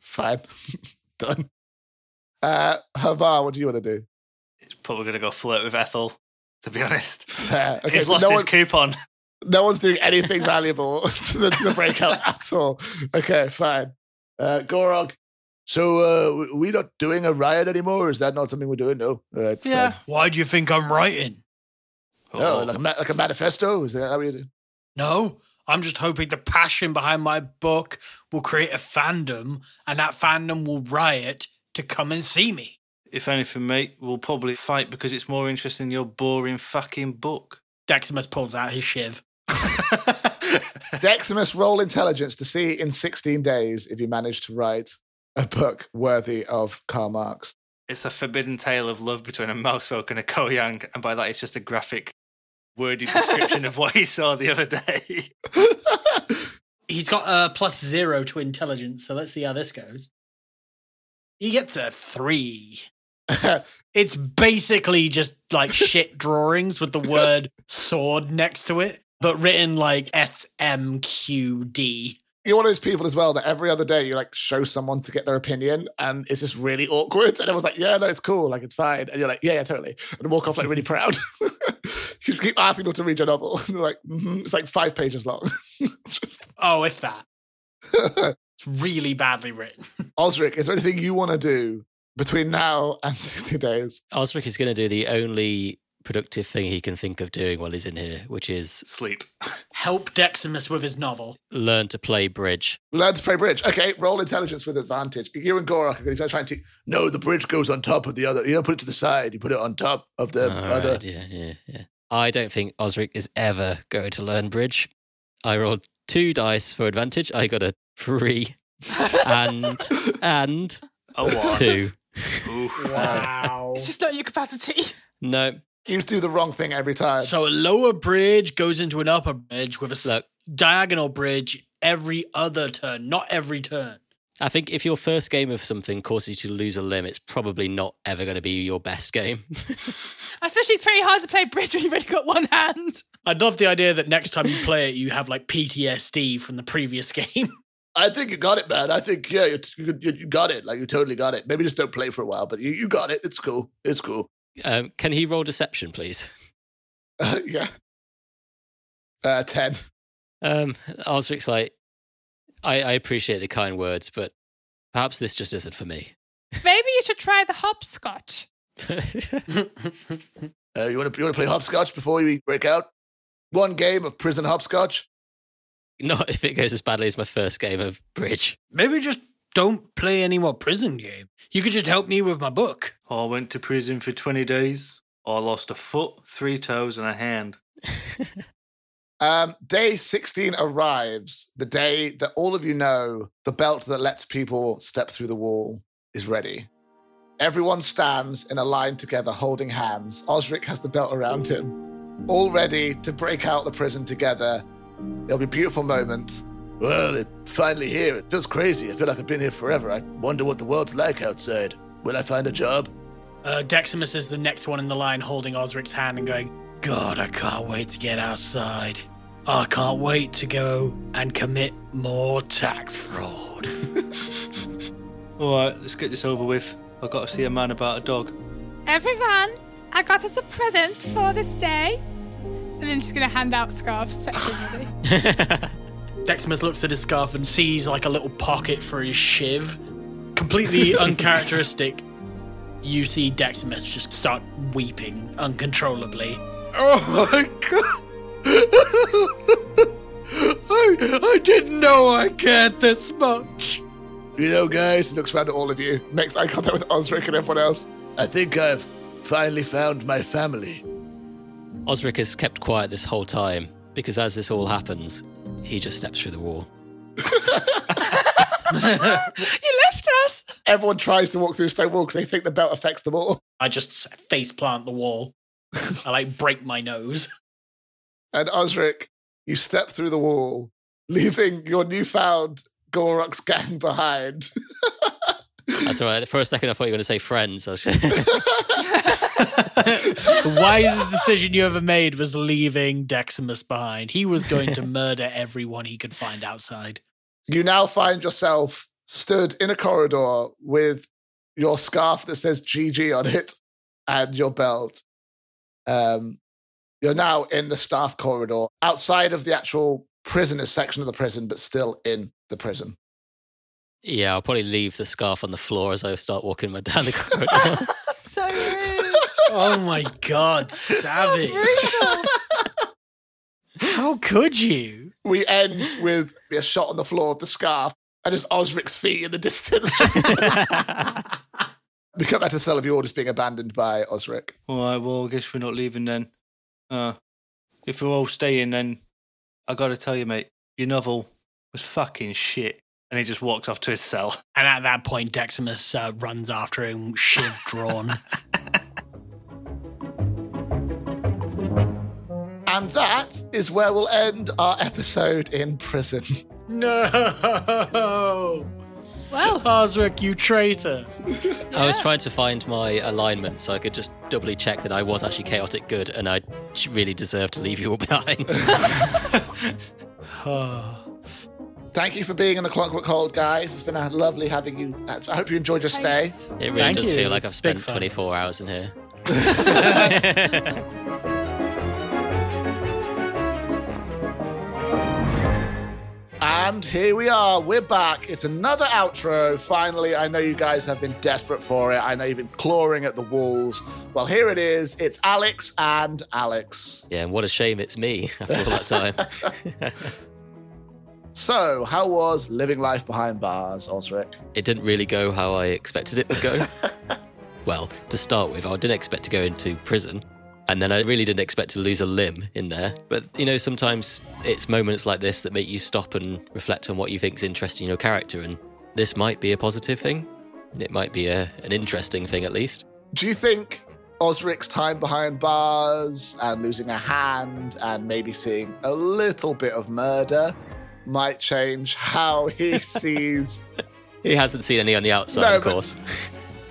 Speaker 8: Fine. (laughs) Done. Uh Havar, what do you want to do?
Speaker 3: It's probably gonna go flirt with Ethel. To be honest,
Speaker 8: Fair. Okay,
Speaker 3: he's
Speaker 8: so
Speaker 3: lost
Speaker 8: no,
Speaker 3: his
Speaker 8: one-
Speaker 3: coupon.
Speaker 8: no one's doing anything valuable (laughs) to the, to the
Speaker 3: (laughs)
Speaker 8: breakout at all. Okay, fine. Uh Gorog. So uh w- we not doing a riot anymore? Is that not something we're doing? No. All right. fine.
Speaker 3: Yeah.
Speaker 1: Why do you think I'm writing?
Speaker 8: Oh, like a, ma- like a manifesto? Is that how
Speaker 3: (laughs)
Speaker 8: you do?
Speaker 4: No, I'm just hoping the passion behind my book will create a fandom, and that fandom will riot to come and see me.
Speaker 3: If anything, mate, we'll probably fight because it's more interesting than your boring fucking book.
Speaker 4: Deximus pulls out his shiv.
Speaker 8: Deximus roll intelligence to see in 16 days if you manage to write a book worthy of Karl Marx. (laughs)
Speaker 3: it's a forbidden tale of love between a mousefolk and a koyang, and by that it's just a graphic, wordy description of what he saw the other day.
Speaker 4: He's got a plus zero to intelligence, so let's see how this goes. He gets a three.
Speaker 8: Uh,
Speaker 4: It's basically just (laughs) like shit drawings with the word sword next to it, but written like S M Q D.
Speaker 8: you're one of those people as well that every other day you like show someone to get their opinion and it's just really awkward. And everyone's like, yeah, no, it's cool. Like, it's fine. And you're like, yeah, yeah, totally. And walk off like really proud. (laughs) you just keep asking people to read your novel. And they're like, hmm it's like five pages long. (laughs) It's just-
Speaker 4: Oh, if that. It's really badly written.
Speaker 8: Osric, is there anything you want to do between now and (laughs) 60 days?
Speaker 7: Osric is going to do the only productive thing he can think of doing while he's in here, which is
Speaker 3: Sleep.
Speaker 4: Help Deximus with his novel.
Speaker 7: learn to play bridge.
Speaker 8: Learn to play bridge. Okay, roll intelligence with advantage. You and Gorak are going to try and teach. No, the bridge goes on top of the other. You don't put it to the side. You put it on top of the
Speaker 7: All
Speaker 8: other.
Speaker 7: right, yeah, yeah, yeah. I don't think Osric is ever going to learn bridge. I rolled two dice for advantage. I got a three and and
Speaker 3: A (laughs)
Speaker 7: Oh,
Speaker 3: what?
Speaker 7: two.
Speaker 3: Oof.
Speaker 4: Wow.
Speaker 9: It's just not your capacity.
Speaker 7: No,
Speaker 8: You just do the wrong thing every time.
Speaker 4: so a lower bridge goes into an upper bridge with a s-
Speaker 7: look,
Speaker 4: diagonal bridge every other turn, not every turn.
Speaker 7: I think if your first game of something causes you to lose a limb, it's probably not ever going to be your best game. (laughs)
Speaker 6: Especially, it's pretty hard to play bridge when you've only got one hand.
Speaker 4: I'd love the idea that next time you play it, you have like PTSD from the previous (laughs) game.
Speaker 8: I think you got it, man. I think yeah, you, you, you got it. Like you totally got it. Maybe just don't play for a while, but you, you got it. It's cool. It's cool. (laughs)
Speaker 7: um, can he roll deception, please?
Speaker 8: Uh, yeah. Uh, ten.
Speaker 7: Um, Osric's like, I, I appreciate the kind words, but perhaps this just isn't for me. (laughs)
Speaker 6: Maybe you should try the hopscotch.
Speaker 8: Uh, you want to you want to play hopscotch before we break out? One game of prison hopscotch.
Speaker 7: Not if it goes as badly as my first game of bridge.
Speaker 4: Maybe just don't play any more prison game. You could just help me with my book.
Speaker 3: Or I went to prison for 20 days. Or I lost a foot, three toes, and a hand.
Speaker 8: Um, day 16 arrives, the day that all of you know the belt that lets people step through the wall is ready. Everyone stands in a line together, holding hands. Osric has the belt around him, all ready to break out the prison together. It'll be a beautiful moment.
Speaker 2: Well, it's finally here. It feels crazy. I feel like I've been here forever. I wonder what the world's like outside. Will I find a job?
Speaker 4: Uh, Deximus is the next one in the line holding Osric's hand and going, God, I can't wait to get outside. I can't wait to go and commit more tax fraud. (laughs)
Speaker 3: All right, let's get this over with. I've got to see a man about a dog.
Speaker 6: Everyone, I got us a present for this day. And then she's going to hand out scarves to everybody.
Speaker 9: (laughs)
Speaker 4: Deximus looks at his scarf and sees like a little pocket for his shiv. Completely uncharacteristic. You see Deximus just start weeping uncontrollably.
Speaker 1: Oh my god! I, I didn't know I cared this much.
Speaker 8: You know, guys, looks around at all of you, makes eye contact with Osric and everyone else.
Speaker 2: I think I've finally found my family.
Speaker 7: Osric has kept quiet this whole time because as this all happens, he just steps through the wall.
Speaker 6: you left us.
Speaker 8: Everyone tries to walk through a stone wall because they think the belt affects them all.
Speaker 4: I just face plant the wall. I like break my nose.
Speaker 8: And Osric, you step through the wall, leaving your newfound Gorox gang behind.
Speaker 7: That's all right. For a second, I thought you were going to say friends. I was (laughs)
Speaker 4: The wisest decision you ever made was leaving Deximus behind. He was going to murder everyone he could find outside.
Speaker 8: you now find yourself stood in a corridor with your scarf that says GG on it and your belt. Um, you're now in the staff corridor outside of the actual prisoners section of the prison, but still in the prison.
Speaker 7: yeah, I'll probably leave the scarf on the floor as I start walking my (laughs) down the
Speaker 4: (laughs)
Speaker 7: corridor.
Speaker 6: So rude.
Speaker 4: Oh my god, savage. (laughs)
Speaker 6: Brutal.
Speaker 4: How could you?
Speaker 8: We end with a shot on the floor of the scarf and it's Osric's feet in the distance. we cut back to the cell of yours being abandoned by Osric.
Speaker 3: All right, well, I guess we're not leaving then. Uh, if we're all staying, then I got to tell you, mate, your novel was fucking shit. And he just walks off to his cell.
Speaker 4: And at that point, Deximus uh, runs after him, shiv drawn.
Speaker 8: And that is where we'll end our episode in prison. (laughs)
Speaker 4: no!
Speaker 6: well,
Speaker 4: Osric, you traitor.
Speaker 7: I was trying to find my alignment so I could just doubly check that I was actually chaotic good and I j- really deserve to leave you all (laughs) behind.
Speaker 8: Thank you for being in the Clockwork Hold, guys. It's been uh, lovely having you. I hope you enjoyed your stay.
Speaker 6: thanks.
Speaker 7: It really
Speaker 4: Thank
Speaker 7: does
Speaker 4: you.
Speaker 7: feel like
Speaker 4: It's
Speaker 7: I've spent
Speaker 4: big fun.
Speaker 7: 24 hours in here.
Speaker 8: And here we are. We're back. It's another outro. Finally, I know you guys have been desperate for it. I know you've been clawing at the walls. Well, here it is. It's Alex and Alex.
Speaker 7: Yeah, and what a shame it's me (laughs) after all that time.
Speaker 4: (laughs)
Speaker 8: So, how was living life behind bars, Osric?
Speaker 7: it didn't really go how I expected it to go.
Speaker 8: (laughs)
Speaker 7: well, to start with, I didn't expect to go into prison. And then I really didn't expect to lose a limb in there. But, you know, sometimes it's moments like this that make you stop and reflect on what you think's interesting in your character. And this might be a positive thing. It might be a, an interesting thing, at least.
Speaker 8: Do you think Osric's time behind bars and losing a hand and maybe seeing a little bit of murder might change how he sees.
Speaker 7: He hasn't seen any on the outside,
Speaker 8: No,
Speaker 7: of
Speaker 8: but-
Speaker 7: course.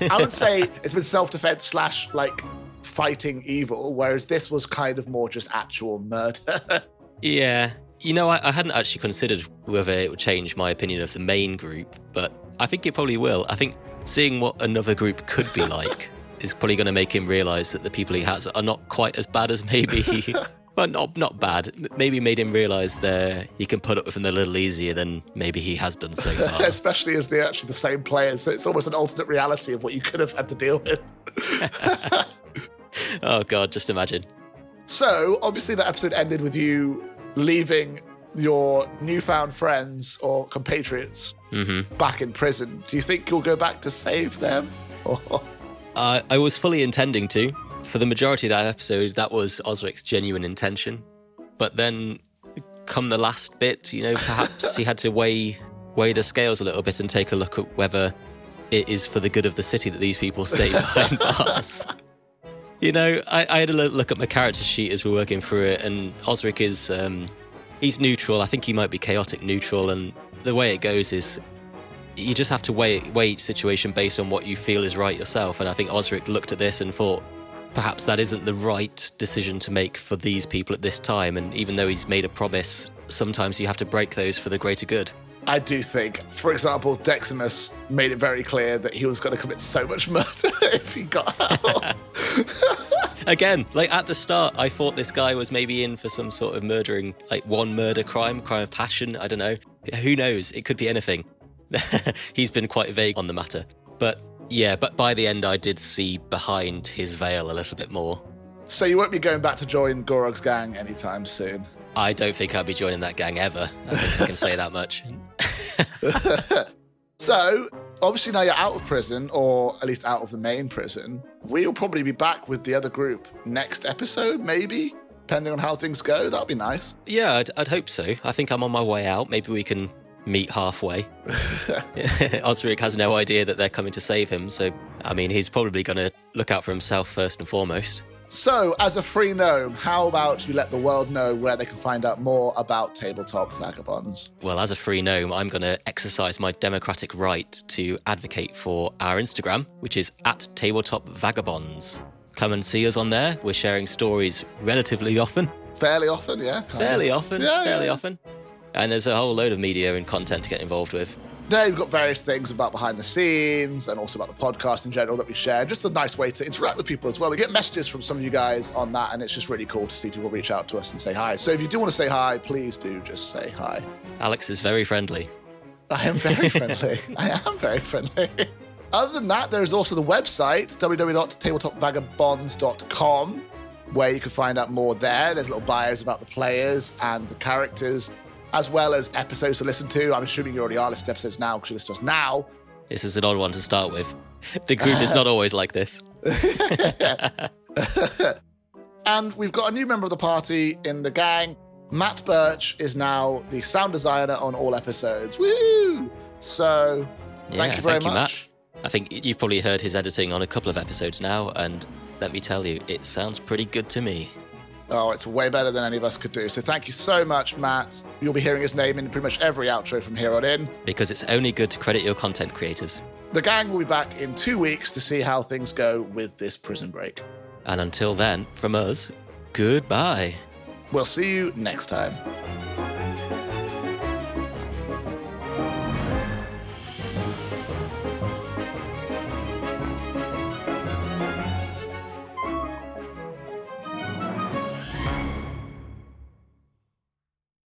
Speaker 8: I would say it's been self defense slash like fighting evil, whereas this was kind of more just actual murder. (laughs)
Speaker 7: Yeah. You know, I, I hadn't actually considered whether it would change my opinion of the main group, but I think it probably will. I think seeing what another group could be like is probably going to make him realize that the people he has are not quite as bad as maybe (laughs) he. well, not, not bad. M- Maybe made him realize that he can put up with them a little easier than maybe he has done so far.
Speaker 8: (laughs) Especially as they're actually the same players, so it's almost an alternate reality of what you could have had to deal with.
Speaker 7: oh, God, just imagine.
Speaker 8: So, obviously, that episode ended with you leaving your newfound friends or compatriots
Speaker 7: hmm
Speaker 8: back in prison. Do you think you'll go back to save them? (laughs) Or
Speaker 7: Uh, I was fully intending to. For the majority of that episode, that was Osric's genuine intention. But then, come the last bit, you know, perhaps he had to weigh weigh the scales a little bit and take a look at whether it is for the good of the city that these people stay behind bars. You know, I, I had a lo- look at my character sheet as we were working through it, and Osric is um, he's neutral. I think he might be chaotic neutral, and the way it goes is you just have to weigh, weigh each situation based on what you feel is right yourself. And I think Osric looked at this and thought, perhaps that isn't the right decision to make for these people at this time. And even though he's made a promise, sometimes you have to break those for the greater good.
Speaker 8: I do think, for example, Deximus made it very clear that he was going to commit so much murder (laughs) if he got out.
Speaker 7: Again, like at the start, I thought this guy was maybe in for some sort of murdering, like one murder crime, crime of passion. I don't know. Who knows? It could be anything. (laughs) He's been quite vague on the matter. But yeah, but by the end, I did see behind his veil a little bit more.
Speaker 8: so you won't be going back to join Gorog's gang anytime soon.
Speaker 7: I don't think I'll be joining that gang ever. I think I can say that much.
Speaker 8: So, obviously, now you're out of prison, or at least out of the main prison. We'll probably be back with the other group next episode, maybe, depending on how things go. That'd be nice.
Speaker 7: (laughs) Yeah, I'd, I'd hope so. I think I'm on my way out. Maybe we can meet (laughs) halfway. Osric has no idea that they're coming to save him, so I mean, he's probably going to look out for himself first and foremost.
Speaker 8: So, as a free gnome, how about you let the world know where they can find out more about tabletop vagabonds?
Speaker 7: Well, as a free gnome, I'm going to exercise my democratic right to advocate for our Instagram, which is at Tabletop Vagabonds. Come and see us on there. We're sharing stories relatively often.
Speaker 8: Fairly often, yeah. kind of.
Speaker 7: fairly often,
Speaker 8: Yeah,
Speaker 7: fairly
Speaker 8: yeah.
Speaker 7: often. And there's a whole load of media and content to get involved with.
Speaker 8: There you've got various things about behind the scenes and also about the podcast in general that we share. Just a nice way to interact with people as well. We get messages from some of you guys on that, and it's just really cool to see people reach out to us and say hi. So if you do want to say hi, please do just say hi.
Speaker 7: Alex is very friendly.
Speaker 8: I am very friendly. I am very friendly. (laughs) Other than that, there is also the website, www.tabletopvagabonds.com, where you can find out more there. There's little bios about the players and the characters, as well as episodes to listen to. I'm assuming you already are listening to episodes now because you listen to us now.
Speaker 7: This is an odd one to start with. (laughs) The group is
Speaker 8: (laughs)
Speaker 7: not always like this.
Speaker 8: And we've got a new member of the party in the gang. Matt Birch is now the sound designer on all episodes. Woo! So thank
Speaker 7: Yeah,
Speaker 8: you very
Speaker 7: thank you, Matt.
Speaker 8: much.
Speaker 7: I think you've probably heard his editing on a couple of episodes now, and let me tell you, it sounds pretty good to me.
Speaker 8: Oh, it's way better than any of us could do. So thank you so much, Matt. You'll be hearing his name in pretty much every outro from here on in.
Speaker 7: Because it's only good to credit your content creators.
Speaker 8: The gang will be back in two weeks to see how things go with this prison break.
Speaker 7: And until then, from us, goodbye.
Speaker 8: We'll see you next time.